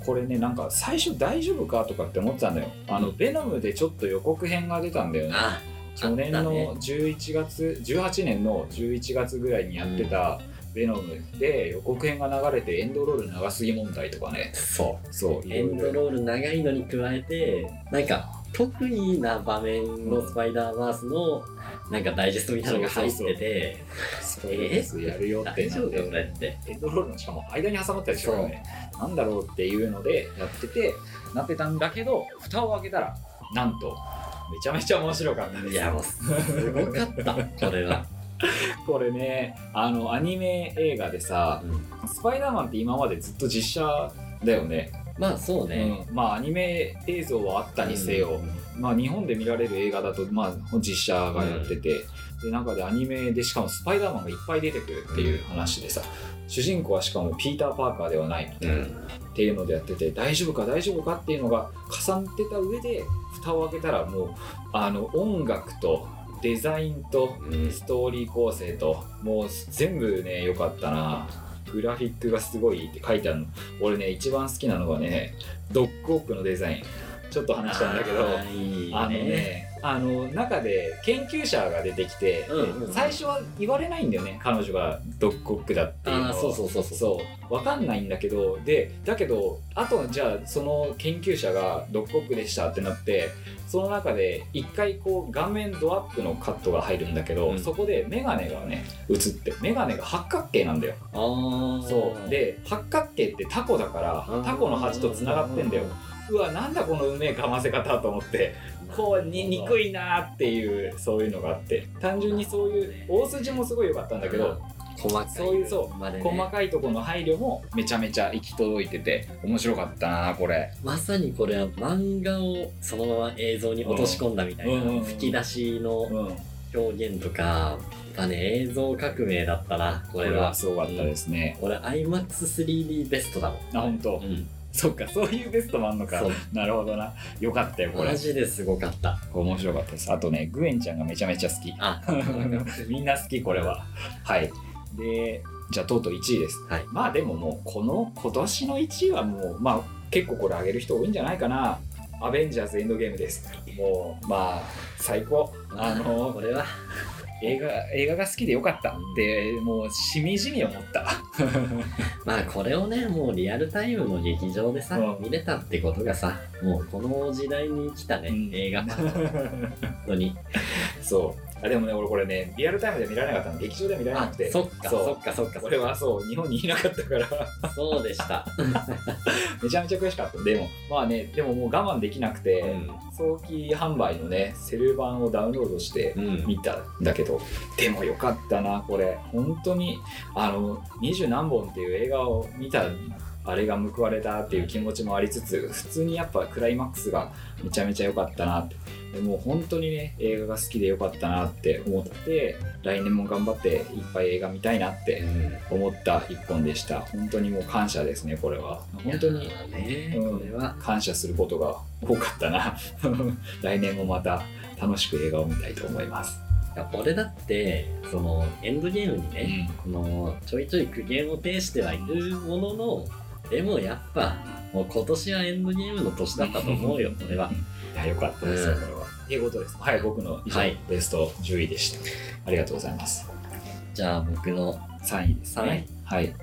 B: これねなんか最初大丈夫かとかって思ってたんだよあのベノムでちょっと予告編が出たんだよね
A: あ
B: 去年
A: あったね
B: の11月18年の11月ぐらいにやってたベノムで予告編が流れてエンドロール長すぎ問題とかね
A: そう
B: そう
A: エンドロール長いのに加えてなんか特にな場面のスパイダーバースのなんかダイジェストみたいなのが入ってて
B: スパイダーバースやるよって
A: 大
B: な
A: 丈
B: っ
A: 夫
B: て
A: これって
B: エンドロールのしかも間に挟まったりしてるからねなんだろうっていうのでやっててなってたんだけど蓋を開けたらなんとめちゃめちゃ面白かったです
A: いやもうすごかったこれは
B: これねあのアニメ映画でさ
A: うん
B: 「スパイダーマン」って今までずっと実写だよね、
A: まあそうね、
B: うんまあアニメ映像はあったにせよ、まあ、日本で見られる映画だと、まあ、実写がやってて、で中でアニメでしかもスパイダーマンがいっぱい出てくるっていう話でさ主人公はしかもピーター・パーカーではないみたいな、っていうのでやってて大丈夫か大丈夫かっていうのが重なってた上で蓋を開けたらもうあの音楽とデザインと
A: うんうん
B: ストーリー構成ともう全部ね良かったなグラフィックがすごいって書いてあるの俺ね一番好きなのがねドッグオークのデザインちょっと話したんだけど
A: あーいい
B: あのねあの中で研究者が出てきて、
A: うんうんうん
B: 最初は言われないんだよね彼女がドッグオックだっていうの
A: あ
B: を
A: あそうそうそうそう
B: そう分かんないんだけどでだけどあとじゃあその研究者がドッグオックでしたってなってその中で一回こう顔面ドアップのカットが入るんだけど、
A: うん
B: そこで眼鏡がね映って眼鏡が八角形なんだよ
A: ああ
B: そうで八角形ってタコだからタコの鉢とつながってんだようわなんだこの梅かませ方と思ってこうに憎
A: い
B: いなーっていうそういうのがあって単純にそういう大筋もすごい良かったんだけど
A: 細かい
B: そういうそう
A: まで、ね、
B: 細かいところの配慮もめちゃめちゃ行き届いてて面白かったなこれ
A: まさにこれは漫画をそのまま映像に落とし込んだみたいな、
B: うんうんうんうん
A: 吹き出しの
B: うん
A: 表現とか、やっぱね映像革命だったなこ
B: こ
A: れ
B: れは
A: は
B: すごかったですね
A: 俺 iMAX3D ベストだもん
B: あ本
A: う
B: 当
A: ん
B: そっかそういうベストもあんのか
A: そう
B: なるほどなよかったよこれ
A: マジですごかった
B: これ面白かったですあとねグエンちゃんがめちゃめちゃ好き
A: あ
B: みんな好きこれは はいでじゃあとうとう1位です
A: はい
B: まあでももうこの今年の1位はもうまあ結構これ上げる人多いんじゃないかな「アベンジャーズエンドゲーム」ですもうまあ最高あ
A: こ
B: の
A: れは
B: 映画映画が好きでよかったってもうしみじみ思った
A: まあこれをねもうリアルタイムの劇場でさ、
B: うん
A: 見れたってことがさもうこの時代に来たね、映画本当に
B: そうあでもね俺これねリアルタイムで見られなかったの劇場で見られな
A: あ
B: くて
A: そっか
B: そう
A: そっかそっかそっ
B: 俺
A: か
B: はそう日本にいなかったから
A: そうでした、
B: めちゃめちゃ悔しかったでもまあねでももう我慢できなくて、早期販売のねセル版をダウンロードして
A: うん
B: 見たんだけどでもよかったなこれ本当にあの二十何本っていう映画を見たあれが報われたっていう気持ちもありつつ普通にやっぱクライマックスがめちゃめちゃ良かったなってでもう本当にね映画が好きで良かったなって思って来年も頑張っていっぱい映画見たいなって思った一本でした本当にもう感謝ですねこれは本当に
A: いやーね、
B: うん
A: これは
B: 感謝することが多かったな 来年もまた楽しく映画を見たいと思います、
A: いや俺だってそのエンドゲームにね、このちょいちょい苦言を呈してはいるもののでもやっぱもう今年はエンドゲームの年だったと思う よ俺は。
B: いや、よかったですよ、
A: うん
B: これは。ということです。はい、僕の以上、
A: はい
B: ベスト10位でした。ありがとうございます。
A: じゃあ僕の、
B: 3位ですね。はい。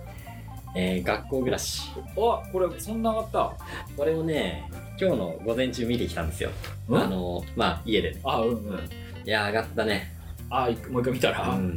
A: えー学校暮らし
B: あ、これ、そんな上がった。
A: これをね今日の午前中見てきたんですよ。
B: うん
A: あのまあ家でね。
B: あ、うんうん。
A: いや上がったね。
B: あ、いもう一回見たら。
A: うん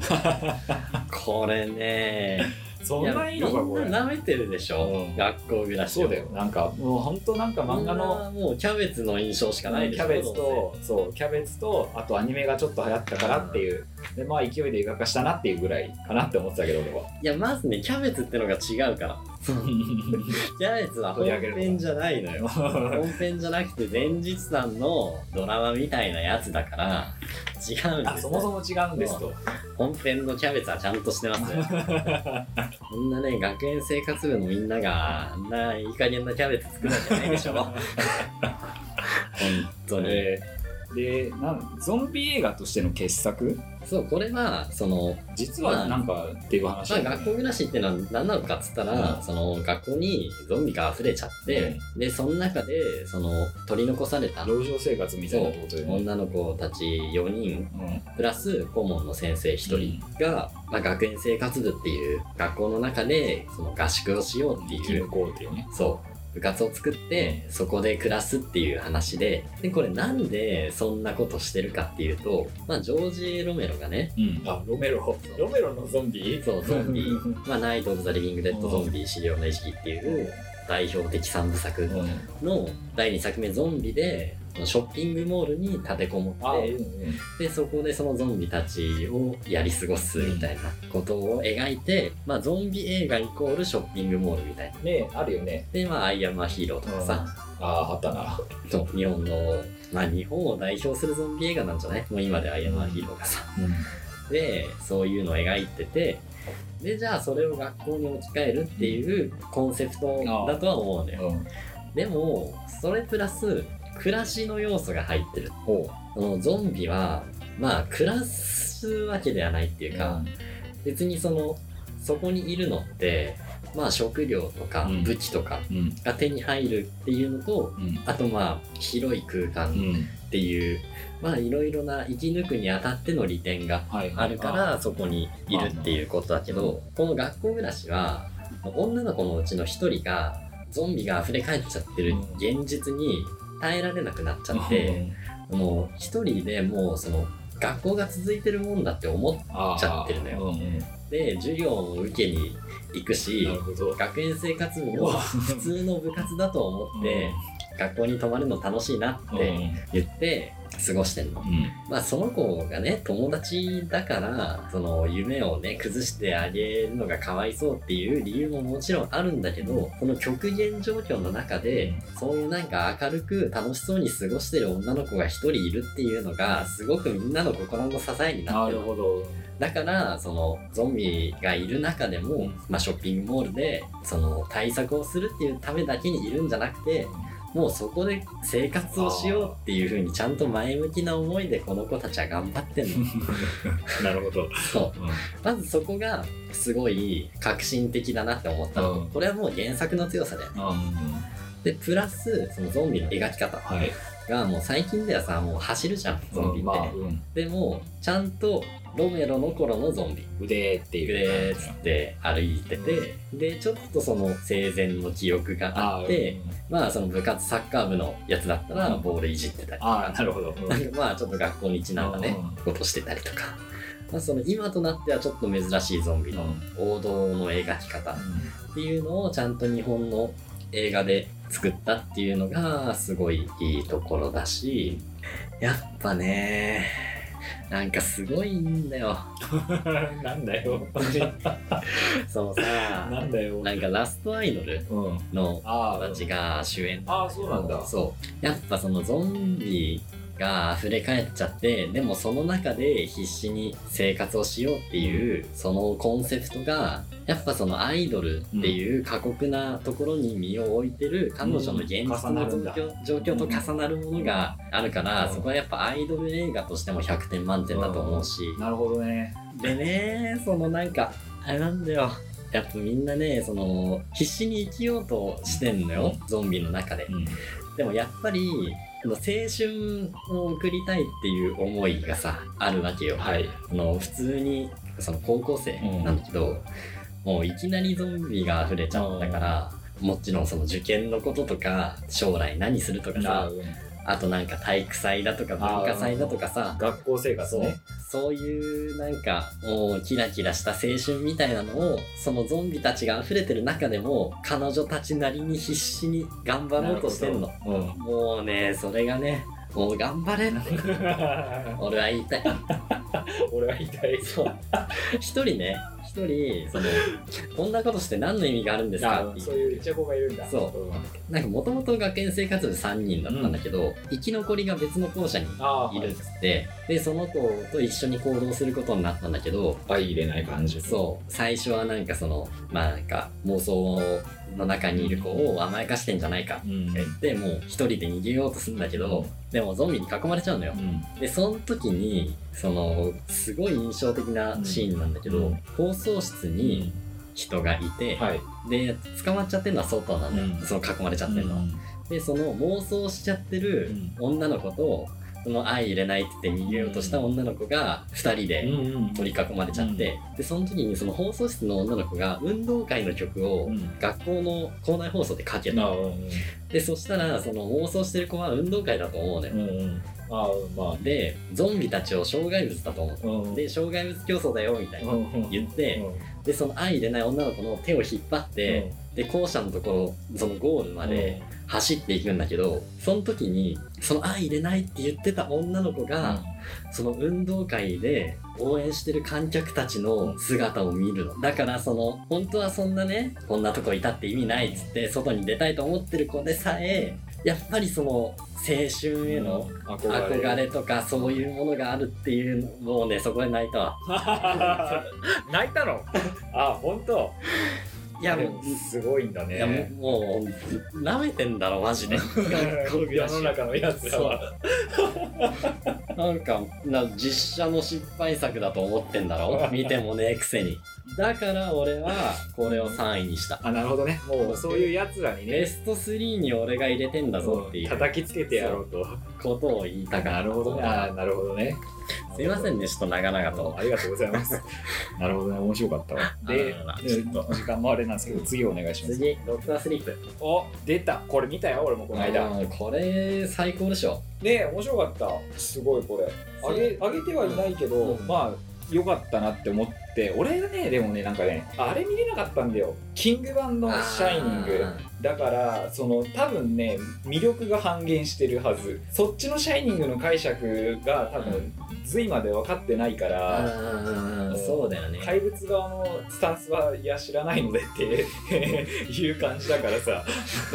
A: これね
B: そんないいのか、こ
A: みん
B: れ。
A: な舐めてるでしょ、
B: うん
A: 学校暮らしを
B: そうだよ。なんか、もう本当なんか漫画
A: こん
B: の。
A: なもうキャベツの印象し
B: キ
A: かないでしょ
B: ャベツとそうキャベツとあとアニメがちょっと流行ったからっていうでまあ勢いで映画化したなっていうぐらいかなって思ってたけど俺は
A: いやまずねキャベツってのが違うからキャベツは本編じゃないのよ本編じゃなくて前日さんのドラマみたいなやつだから違うん
B: あ
A: です
B: そもそも違うんですと
A: 本編のキャベツはちゃんとしてますよこんなね学園生活部のみんながあんないい加減なキャベツ作るわけないで しょ本当に、
B: えーでなんゾンビ映画としての傑作
A: そうこれはその
B: 実はなんかっていう話
A: ま
B: だ
A: あ、
B: よね
A: 学校暮らしってのは何なのかっつったら、
B: うん
A: その学校にゾンビが溢れちゃって、でその中でその取り残された
B: 路上生活みたいなってことでね
A: 女の子たち4人
B: うん
A: プラス顧問の先生1人が、まあ、学園生活部っていう学校の中でその合宿をしようって
B: 生き
A: いう
B: 抜こうっていうね
A: そう部活を作ってそこで暮らすっていう話ででこれなんでそんなことしてるかっていうと、まあ、ジョージ・ロメロがね
B: うんあロメロロメロのゾンビ
A: そう、ゾン ビ、まあ、ナイト・オブ・ザ・リビング・デッド・ゾンビ、資料の意識っていう代表的3部作
B: うん
A: の第2作目、ゾンビで、ショッピングモールに立てこも
B: あ
A: ってでそこでそのゾンビたちをやり過ごすみたいなことを描いて、まあ、ゾンビ映画イコールショッピングモールみたいな。
B: ねあるよね
A: でまあ、アイアンマンヒーローとかさ、
B: あああったな
A: そう日本の、まあ、日本を代表するゾンビ映画なんじゃないもう今でアイアンマンヒーローがさ。でそういうのを描いててでじゃあそれを学校に置き換えるっていうコンセプトだとは思うのよ
B: うん
A: でもそれプラス暮らしの要素が入ってる
B: ほ
A: そのゾンビはまあ暮らすわけではないっていううか、別にそのそこにいるのってまあ食料とか
B: うん
A: 武器とか
B: うん
A: が手に入るっていうのと
B: うん
A: あとまあ広い空
B: う
A: 間
B: ん
A: っていう、まあいろいろな生き抜くにあたっての利点が
B: はいはい
A: あるからそこにいるっていうことだけどこの学校暮らしは女の子のうちの一人がゾンビが溢れ返っちゃってる現実に耐えられなくなっちゃってもう一人でもうその学校が続いてるもんだって思っ
B: あー
A: ちゃってるのよ
B: うんうん
A: て授業を受けに行くし
B: なるほど
A: 学園生活部を普通の部活だと 思って学校に泊まるの楽しいな
B: う
A: っ
B: ん
A: て言って過ごしてんの。
B: うん
A: まあその子がね友達だからその夢をね崩してあげるのがかわいそうっていう理由ももちろんあるんだけどその極限状況の中でそういうなんか明るく楽しそうに過ごしてる女の子が一人いるっていうのがすごくみんなの心の支えにな
B: な
A: って
B: る
A: る
B: ほど
A: だからそのゾンビがいる中でも、まあ、ショッピングモールでその対策をするっていうためだけにいるんじゃなくてもうそこで生活をしようっていうふうにちゃんと前向きな思いでこの子たちは頑張ってんの
B: なるほど
A: そうまずそこがすごい革新的だなって思ったの、
B: うん
A: これはもう原作の強さだよねでプラスそのゾンビの描き方
B: はい
A: がもう最近ではさもう走るじゃんゾンビって、
B: まあうん
A: でもちゃんとロメロの頃のゾンビ
B: 腕って
A: グ
B: い
A: レ
B: う
A: ーっつって歩いてて、でちょっとその生前の記憶が
B: あ
A: あ
B: ー
A: って
B: うん
A: まあその部活サッカー部のやつだったら
B: うん
A: ボールいじってたりと
B: あ
A: か、
B: あなるほど
A: なん かまあちょっと学校にちなんだね
B: うん
A: ことしてたりとか、まあ、その今となってはちょっと珍しいゾンビの王道の描き方っていうのをちゃんと日本の映画で作ったっていうのがすごいいいところだしやっぱねなんかすごいんだ よ
B: なんだ よ
A: そのさ
B: なんだよ
A: なんかラストアイドル
B: うん
A: の
B: あ
A: 子たちが主演
B: ああそうなんだ
A: そうやっぱそのゾンビが溢れ返っちゃってでもその中で必死に生活をしようっていうそのコンセプトがやっぱそのアイドルっていう過酷なところに身を置いてる彼女の現実の
B: うん重なる
A: 状
B: んだ
A: 況状況と重なるものがあるから
B: うん
A: そこはやっぱアイドル映画としても100点満点だと思うし
B: なるほどね
A: でねそのなんかあれなんだよやっぱみんなねその必死に生きようとしてんのよゾンビの中ででもやっぱりあの青春を送りたいっていう思いがさあるわけよ、
B: はい
A: あの普通にその高校生なんだけど、もういきなりゾンビが溢れちゃったから、もちろんその受験のこととか将来何するとかさ、あとなんか体育祭だとか文化祭だとかさ
B: 学校生活
A: そう
B: ね
A: そういうなんかもうキラキラした青春みたいなのをそのゾンビたちが溢れてる中でも彼女たちなりに必死に頑張ろうとしてんの
B: うん
A: もうねそれがねもう頑張れ俺は言いたい
B: 俺は痛い
A: そう一人ね一人そのこんなことして何の意味があるんですかって
B: そう
A: いう
B: いうイチャコがいるんだ
A: そ
B: うん
A: なんかもともと学園生活部3人だったんだけど、生き残りが別の校舎に
B: ああ
A: いるっつってでその子と一緒に行動することになったんだけど
B: 相入れない感じ
A: そう最初はなんかそのまあなんか妄想の中にいる子を甘やかしてんじゃないかって
B: うん
A: 言ってもう一人で逃げようとするんだけどでもゾンビに囲まれちゃうのよ
B: うん
A: でその時にそのすごい印象的なシーンなんだけど、
B: うん
A: 放送室に人がいて、
B: はい
A: で捕まっちゃってるのは外なんだよ、
B: うん
A: その囲まれちゃってるのは、でその妄想しちゃってる女の子とその愛入れないって言って逃げようとした女の子が2人
B: うん
A: で
B: うん
A: 取り囲まれちゃって、でその時にその放送室の女の子が運動会の曲を
B: うん
A: 学校の校内放送でかけた
B: ああ
A: の、
B: うん
A: でそしたらその妄想してる子は運動会だと思うのよ、
B: うんうんああまあ
A: でゾンビたちを障害物だと思う
B: うん
A: で障害物競争だよみたいな
B: うん
A: 言って
B: うん
A: でその愛入れない女の子の手を引っ張って、で校舎のところそのゴールまで走っていくんだけどその時にその「あ入れない」って言ってた女の子が、その運動会で応援してる観客たちの姿を見るのだからその本当はそんなねこんなとこいたって意味ないっつって外に出たいと思ってる子でさえやっぱりその青春への
B: 憧
A: 憧れとかそういうものがあるっていうのをねそこで泣いたわ
B: 泣いたのあ本当
A: いや
B: で
A: も
B: も
A: う
B: すごいんだ
A: いやも
B: ね
A: うもうなめてんだろマ ジで学校暮
B: 世
A: らし
B: の中のやつらは
A: なんかな実写の失敗作だと思ってんだ ろ見てもねえくせにだから俺はこれを3位にした
B: あなるほどねもうそういうやつらに
A: ベ
B: ね
A: スト3に俺が入れてんだぞっていう
B: 叩きつけてやろうと
A: ことを言いたか
B: な
A: った
B: るほどねあーなるほどね
A: すいませんねちょっと長々
B: どうも
A: と
B: ありがとうござい ますなるほどね面白かったわ
A: あ
B: で
A: ららら
B: えー時間もあれなんですけど次お願いします
A: 次ドクタースリープ
B: お出たこれ見たよ俺もこの間
A: あーこれ最高でしょ
B: ねえ面白かったすごいこれあげあげてはいないけど、
A: うん
B: まあよかったなって思って俺ねでもねなんかねあれ見れなかったんだよキングバンドの「シャイニング
A: あ」
B: だからその多分ね魅力が半減してるはずそっちの「シャイニング」の解釈が多
A: う
B: 分隋まで分かってないか
A: ーあ
B: ら、
A: ーそうだよね
B: 怪物側のスタンスはいや知らないのでっていう感じだからさ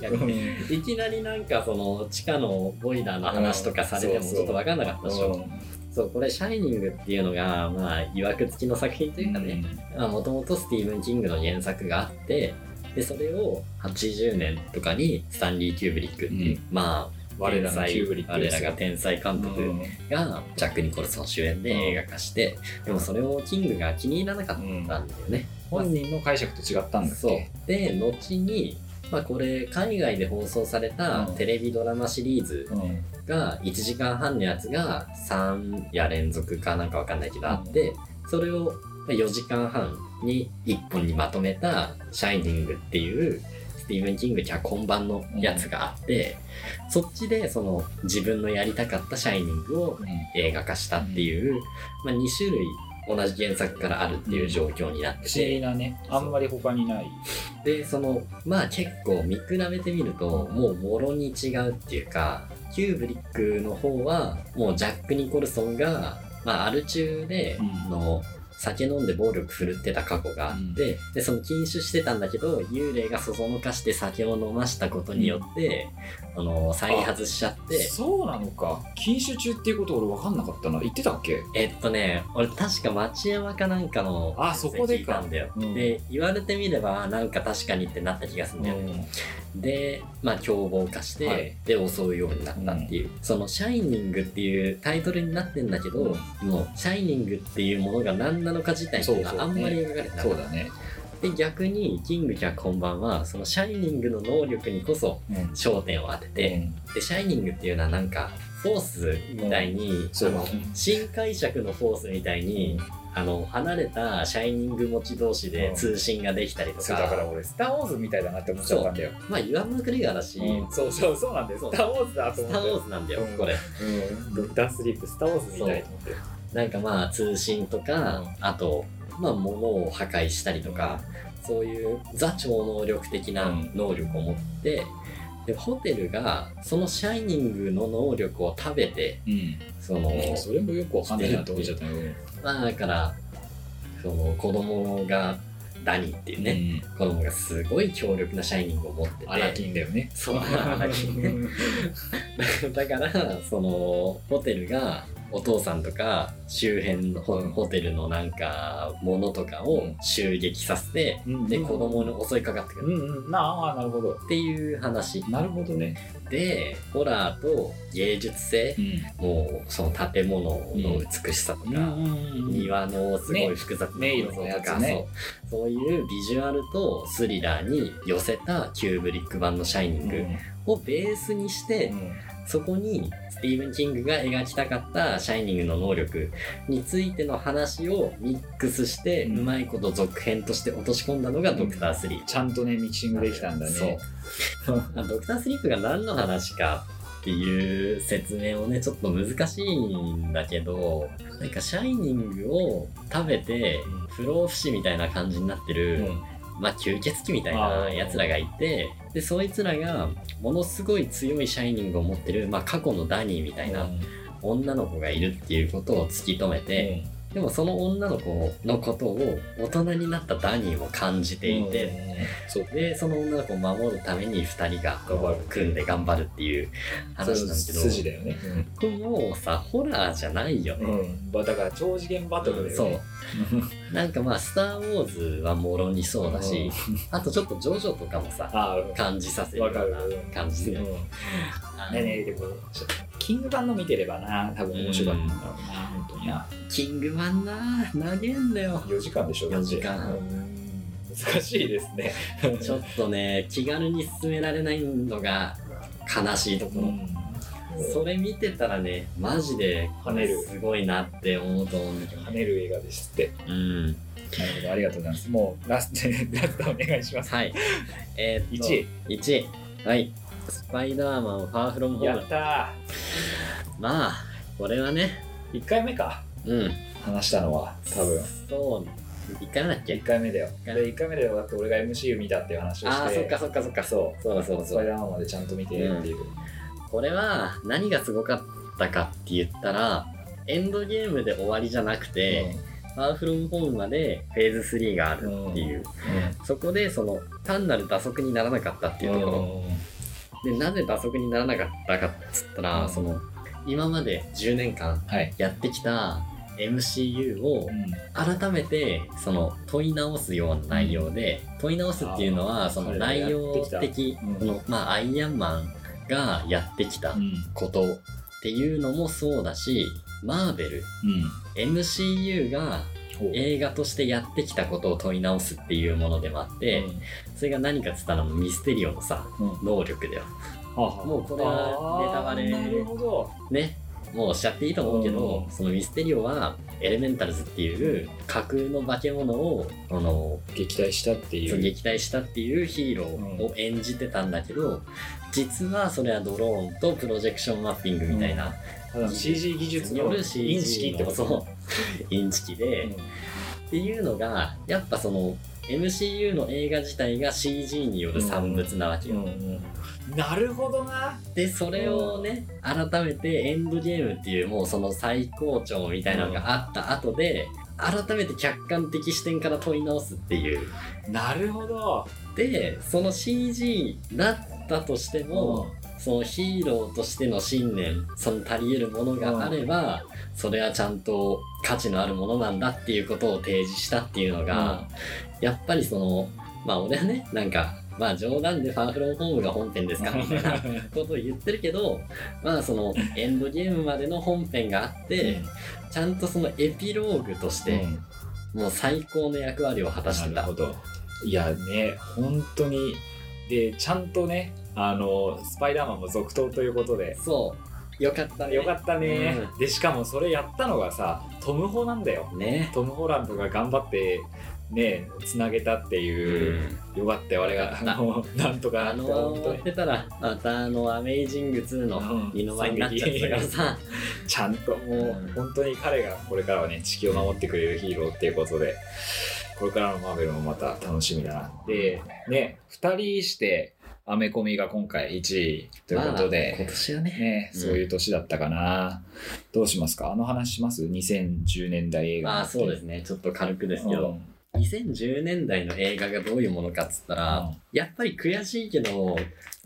A: 確かにいきなりなんかその地下のボイラーの話とかされても
B: そうそう
A: ちょっと分かんなかったでしょ、
B: うん
A: そうこれ「シャイニング」っていうのがまあいわくつきの作品というかねもともとスティーブン・キングの原作があってでそれを80年とかにスタンリー・キューブリックっていう、
B: う
A: まあ
B: 我
A: 天
B: らの
A: 才
B: キューブリック
A: 我
B: です
A: ら
B: よ
A: が天才監督がジャック・ニコルソン主演で映画化して、でもそれをキングが気に入らなかったんだよね、
B: 本人の解釈と違ったんだっ
A: そう
B: け
A: で後に、まあ、これ海外で放送された
B: うん
A: テレビドラマシリーズ
B: うん
A: が1時間半のやつが3夜連続かなんかわかんないけどあってそれを4時間半に1本にまとめた「シャイニング」っていうスティーブン・キング脚本版のやつがあってそっちでその自分のやりたかった「シャイニング」を映画化したっていう、まあ、2種類同じ原作からあるっていう状況になって
B: 不思
A: て
B: 議なねあんまり他にない
A: でそのまあ結構見比べてみるともうもろに違うっていうかキューブリックの方はもうジャック・ニコルソンが、まあ、アル中で
B: うん
A: の酒飲んで暴力振るってた過去があって、でその禁酒してたんだけど幽霊がそそのかして酒を飲ましたことによって、あの再発しちゃって
B: そうなのか禁酒中っていうこと俺分かんなかったな言ってたっけ
A: えっとね俺確か町山かなんかの
B: あそこで
A: 聞
B: か
A: いたんだよ、
B: うん
A: で言われてみればなんか確かにってなった気がするんだよね、で、まあ、凶暴化して、
B: はい
A: で襲うようになったっていう、その「シャイニング」っていうタイトルになってんだけど、もう「シャイニング」っていうものが何なのか自体っていうの
B: そう
A: が
B: そ
A: あ
B: うん
A: まり描かれてなか
B: そ
A: っ
B: うだね
A: たで逆にキング脚本版はその「シャイニング」の能力にこそ
B: うん
A: 焦点を当てて、で「シャイニング」っていうのはなんかフォースみたいに、
B: そう
A: あの新解釈のフォースみたいに、あの離れたシャイニング持ち同士で通信ができたりと
B: そう
A: か、
B: だから俺「スター・ウォーズ」みたいだなって思っちゃったんだよ
A: まあ言わんまくりがだし、
B: うんそうそうそうなんだよ「
A: そ
B: ス
A: う
B: ター・ウォーズ」だと
A: ス
B: 思
A: ター・ウォ
B: っ
A: ーズなんだよ、
B: うん
A: これ。
B: てうんドクター・スリープ「スター・ウォーズ」みたいと思って
A: なんかまあ通信とか、
B: うん
A: あと、まあ物を破壊したりとか、そういうザ超能力的な
B: うん
A: 能力を持って、で、ホテルがそのシャイニングの能力を食べて、その、
B: それもよくわかんないなって思っちゃったよ
A: まあだから、その子供が、ダニーっていうね、
B: ね
A: 子供がすごい強力なシャイニングを持って
B: アナ
A: て、
B: キンだよね
A: そう、アナキンね。 だからそのホテルがお父さんとか周辺のホ,、
B: うん
A: テルのなんかものとかを襲撃させて、
B: うん
A: で子供に襲いかかってく
B: う
A: る
B: んうんなああなるほど
A: っていう話
B: なるほどね
A: でホラーと芸術性、もうその建物の美しさとか、庭のすごい複雑な
B: ね
A: 構造
B: 迷路の
A: と
B: や
A: か、
B: つね
A: そうそういうビジュアルとスリラーに寄せたキューブリック版の「シャイニング」をベースにして、そこにスティーブン・キングが描きたかった「シャイニング」の能力についての話をミックスして、う
B: うん
A: まいこと続編として落とし込んだのが「ドクター・スリープ
B: ちゃんとねミキシングできたんだね
A: そうまあドクター・スリープが何の話かっていう説明もねちょっと難しいんだけどなんか「シャイニング」を食べて不老不死みたいな感じになってるまあ、吸血鬼みたいなやつらがいてでそいつらがものすごい強いシャイニングを持ってる、まあ、過去のダニーみたいな女の子がいるっていうことを突き止めて、でもその女の子のことを大人になったダニーも感じていて、
B: そう
A: でその女の子を守るために2人が組んで頑張るっていう話なんだけど
B: 筋だよね、
A: これもうさホラーじゃないよね。
B: うんだから超次元バトルだよ
A: そ
B: ね、
A: うなんかまあ「スター・ウォーズ」はもろにそうだし、あとちょっと「ジョジョ」とかもさ
B: あ
A: 感じさせるよ
B: わか
A: う
B: る
A: な感じで、
B: うん
A: あの
B: ねねでもちょっとキング版の見てればな多分面白かったんだろうな本当にな
A: キングマンな投げんだよ
B: 4時間でしょ
A: 4時間
B: うん難しいですね
A: ちょっとね気軽に進められないのが悲しいところ、それ見てたらねマジで
B: 跳ねる
A: すごいなって思うと思うんだけど
B: 跳ねる映画ですって
A: うん
B: なるほどありがとうございますもうラストラストお願いします
A: はいえー、っと
B: 1
A: 1位はいスパイダーマンファーフロムホ
B: や
A: ーム
B: った
A: まあこれはね
B: ー1回目か
A: うん
B: 話したのは多分
A: そう1回目だっ
B: 1
A: け
B: 回目だよ
A: 一回
B: で1回目でだって俺が MCU 見たっていう話をして
A: ああそっかそっかそっか
B: そう
A: そうだそうだ
B: ス
A: そ
B: パ
A: う
B: イ
A: だ
B: ダーマンまでちゃんと見てっていう、
A: これは何がすごかったかって言ったらエンドゲームで終わりじゃなくて、ファーフロムホームまでフェーズ3があるっていう、そこでその単なる打足にならなかったっていうところ、でなぜ打足にならなかったかっつったら、
B: うん
A: その今まで10年間
B: はい、
A: やってきた MCU を
B: うん
A: 改めてその問い直すような内容で問い直すっていうの
B: あ
A: は
B: ー
A: その
B: 彼らが
A: 内
B: や
A: 容
B: ってきた
A: 的
B: うん
A: このまあアイアンマンがやってきた
B: うん
A: ことっていうのもそうだしマーベル MCU が
B: ほう
A: 映画としてやってきたことを問い直すっていうものでもあって、それが何かっつったらミステリオのさ
B: うん
A: 能力だよも
B: も
A: うこれはネタバレ
B: なるほど
A: ねもうしちゃっていいと思うけど、
B: うん
A: そのミステリオはエレメンタルズっていう架空の化け物をあの
B: 撃退したっていう
A: 撃退したっていうヒーローを演じてたんだけど、実はそれはドローンとプロジェクションマッピングみたいな、
B: ただの CG 技術
A: によ
B: の
A: る CG
B: 認識ってこ
A: そ
B: と
A: うインチキで、っていうのがやっぱその MCU の映画自体が CG による産物なわけよ、
B: なるほどな
A: でそれをね改めてエンドゲームっていうもうその最高潮みたいなのがあった後で改めて客観的視点から問い直すっていう
B: なるほど
A: でその CG だったとしても、そのヒーローとしての信念その足り得るものがあれば、それはちゃんと価値のあるものなんだっていうことを提示したっていうのが、やっぱりそのまあ俺はねなんかまあ冗談でファンフロンホームが本編ですかみたいなことを言ってるけどまあそのエンドゲームまでの本編があって、ちゃんとそのエピローグとして、もう最高の役割を果たしてた。
B: なるほどいやね本当にでちゃんとねあのスパイダーマンも続投ということで
A: そうよかったね
B: よかったね、
A: う
B: でしかもそれやったのがさトム・ホなんだよ
A: ね
B: トム・ホランドが頑張ってねつなげたっていう、よかったよあれがあのなんとか
A: あ
B: なんとか
A: の
B: 本当
A: ー、
B: に
A: やってたらまたあの「アメイジング2」の二の舞になっちゃったからさ、
B: ちゃんとも
A: うん
B: う本当に彼がこれからはね地球を守ってくれるヒーローっていうことでこれからのマーベルもまた楽しみだなでね2人してアメコミが今回1位ということ
A: まあ今
B: で、
A: 年はね
B: ね、
A: うん
B: そういう年だったかな、どうしますかあの話します2010年代映画
A: まあそうですねちょっと軽くですけ
B: う
A: ど、
B: ん
A: 2010年代の映画がどういうものかっつったら、やっぱり悔しいけど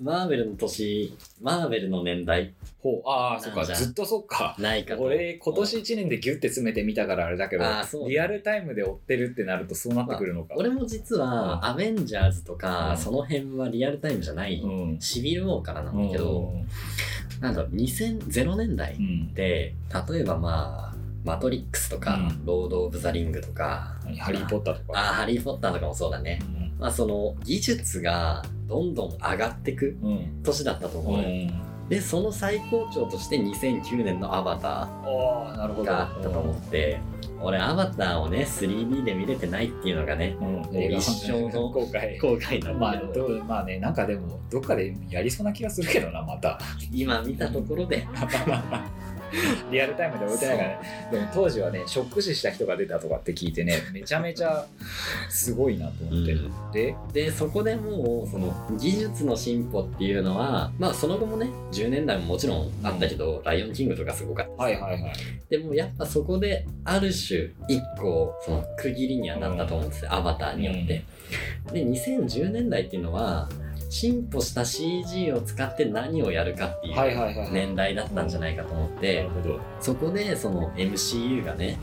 A: マーベルの年マーベルの年代
B: ほうああそっ
A: な
B: か
A: んじゃ
B: ずっとそっか
A: ないかと
B: 俺今年1年でギュッて詰めてみたからあれだけど
A: あーそう
B: リアルタイムで追ってるってなるとそうなってくるのか、
A: 俺も実は「アベンジャーズ」とか、
B: うん
A: その辺はリアルタイムじゃない、
B: うん
A: シビルウォーからなんだけど、なんだろう2000年代、
B: うん
A: で例えばまあ「マトリックス」とか
B: う
A: 「ロード・オブ・ザ・リング」とか
B: 何ハリー・ポッターと
A: あ「
B: か。
A: ハリー・ポッター」とかもそうだねまあその技術がどんどん上がってく
B: うん。うん。
A: 年だったと思うのよ、でその最高潮として2009年の「アバタ
B: おーなるほ
A: ー」
B: ど。
A: があったと思って俺「アバター」をね 3D で見れてないっていうのがね
B: うん。
A: もう一生の
B: 公開。
A: 後悔なん
B: ま
A: だ
B: あ
A: け、
B: ど
A: ど
B: うまあね、なんかでも、どっかでやりそうな気がするけどな、また。
A: 今見たところで
B: リアルタイムで置いてないからねでも当時はねショック死した人が出たとかって聞いてねめちゃめちゃすごいなと思って、で
A: でそこでもうその技術の進歩っていうのはまあその後もね10年代ももちろんあったけど「ライオンキング」とかすごかった
B: はいはいはい
A: でもやっぱそこである種一個その区切りにはなったと思うんですよ、アバターによって。で2010年代っていうのは進歩した CG を使って何をやるかってい
B: はいは
A: う
B: いはいはい
A: 年代だったんじゃないかと思って。
B: なるほど
A: そこでその MCU がね、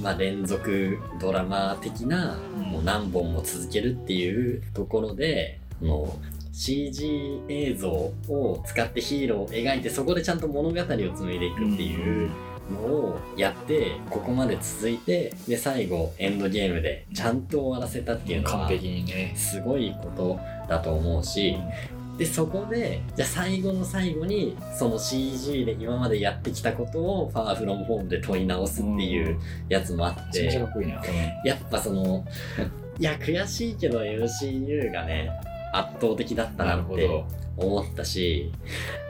A: まあ、連続ドラマ的なもう何本も続けるっていうところでもう CG 映像を使ってヒーローを描いてそこでちゃんと物語を紡いでいくっていうのをやってここまで続いてで最後エンドゲームでちゃんと終わらせたっていうの
B: 完
A: は
B: 璧にね
A: すごいことだと思うし。でそこでじゃあ最後の最後にその CG で今までやってきたことを「ファーフロムホームで問い直すっていうやつもあっ
B: めちゃめちゃ
A: て
B: かっこいいな、
A: やっぱそ のいや悔しいけど MCU がね圧倒的だったなって思ったし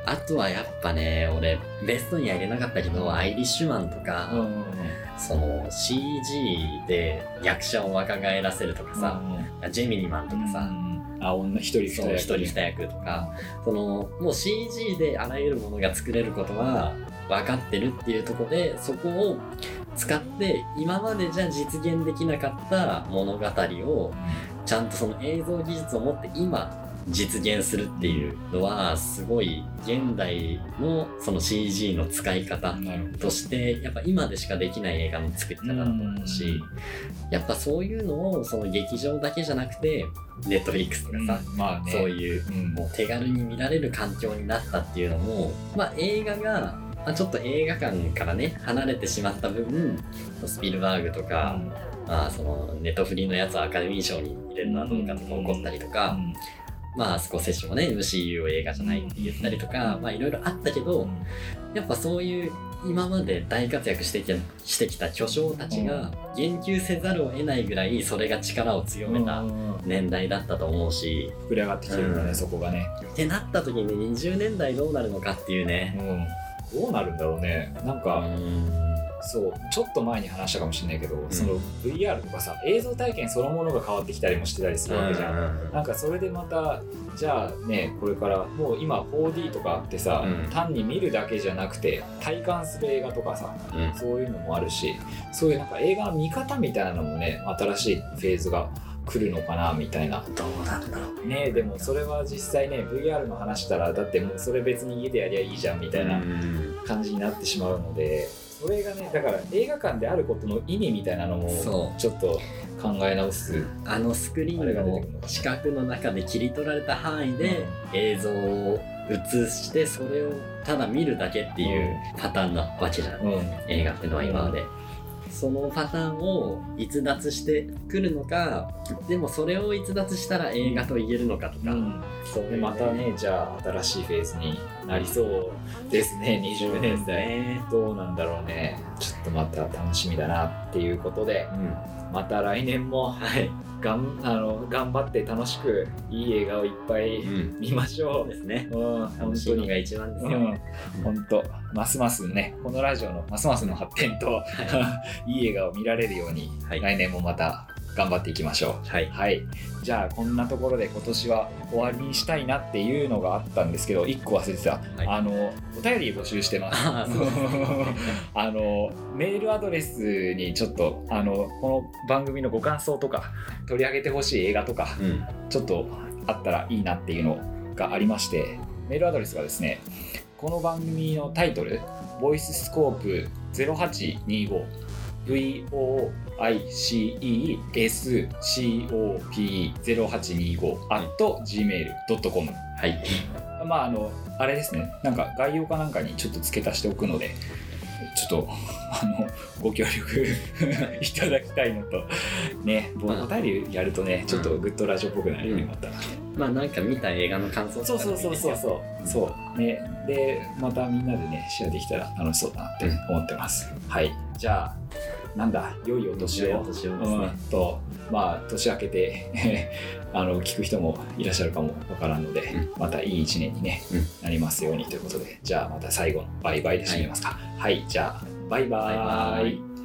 A: あとはやっぱね俺ベストにあげなかったけど「アイリッシュマン」とか、
B: うんうん
A: その CG で役者を若返らせるとかさ、ジェミニマンと
B: と
A: か
B: か
A: さ、
B: さあ女一人二
A: そう
B: 役
A: 一人二役とかそのもう CG であらゆるものが作れることは分かってるっていうところでそこを使って今までじゃ実現できなかった物語をちゃんとその映像技術を持って今実現するっていうのはすごい現代のその CG の使い方
B: なるほど
A: としてやっぱ今でしかできない映画の作り方だと思うしやっぱそういうのをその劇場だけじゃなくて Netflix とかさ
B: うんまあね
A: そういう
B: うん
A: もう手軽に見られる環境になったっていうのも、まあ、映画が、まあ、ちょっと映画館からね離れてしまった分スピルバーグとか、まあ、そのネトフリのやつをアカデミー賞に入れるのはどうかとか
B: うん
A: 怒ったりとか、まあ、スコセッシもね MCU を映画じゃないって言ったりとか、まあ、いろいろあったけどやっぱそういう今まで大活躍してきたしてきた巨匠たちが言及せざるを得ないぐらいそれが力を強めた年代だったと思うし。
B: 膨れ上がってきてるんだね、
A: うん
B: そこがね、
A: ってなった時に20年代どうなるのかっていうね
B: どうなるんだろうねなん
A: う
B: か、
A: ん
B: そうちょっと前に話したかもしれないけど、
A: ん
B: その VR とかさ映像体験そのものが変わってきたりもしてたりするわけじゃん、なんかそれでまたじゃあねこれからもう今 4D とかあってさ、
A: うん
B: 単に見るだけじゃなくて体感する映画とかさそういうのもあるしそういうなんか映画の見方みたいなのもね新しいフェーズが来るのかなみたいな
A: どうなんだろう
B: ねでもそれは実際ね VR の話したらだってもうそれ別に家でやりゃいいじゃんみ
A: み
B: たいな感じになってしまうのでそれがねだから映画館であることの意味みたいなのも
A: そう
B: ちょっと考え直す
A: あのスクリーンの四角の中で切り取られた範囲で映像を映してそれをただ見るだけっていうパターンなわけじゃん
B: うん
A: 映画ってのは今まで。そのパターンを逸脱してくるのかでもそれを逸脱したら映画と言えるのかとか、そういう
B: で
A: ね
B: またねじゃあ新しいフェーズになりそうですね20年代
A: ね
B: どうなんだろうねちょっとまた楽しみだなっていうことで
A: うん、
B: また来年も
A: はい、
B: がんあの頑張って楽しくいい映画をいっぱい
A: ん、
B: 見まし
A: そ
B: ょ
A: うですね
B: う、うん、本
A: 楽し
B: 当
A: いの
B: に
A: が一番です
B: う
A: よ、
B: ん、本当ますますねこのラジオのますますの発展と、 い、い映画を見られるように、
A: はい
B: 来年もまた頑張っていきましょ
A: は
B: う
A: い
B: はいじゃあこんなところで今年は終わりにしたいなっていうのがあったんですけど1個忘れてた、
A: い
B: あのお便り募集してます
A: あーそうですね
B: あのメールアドレスにちょっとあのこの番組のご感想とか取り上げてほしい映画とか
A: うん
B: ちょっとあったらいいなっていうのがありましてメールアドレスがですねこの番組のタイトル「ボイススコープ0825」voicescope0825 at gmail.com
A: はい。
B: まああのあれですねなんか概要かなんかにちょっと付け足しておくのでちょっとあのご協力 いただきたいのとねぼ
A: うん
B: お便りやるとねちょっとグッドラジオっぽくなるよね
A: うん
B: また、
A: まあなんか見た映画の感想
B: そう
A: とかで
B: そ
A: も
B: う
A: いい
B: そ
A: で
B: う
A: す
B: そ
A: よ
B: うそうそうねでまたみんなでねシェアできたら楽しそうだなって思ってますはいじゃあなんだ良いお年を
A: お年をです
B: う
A: ね
B: ん、とまあ年明けて あの聞く人もいらっしゃるかもわからんので、またいい一年に、ね
A: うん
B: なりますようにということでじゃあまた最後のバイバイで締めますかはい、じゃあバイバイ
A: バイバイ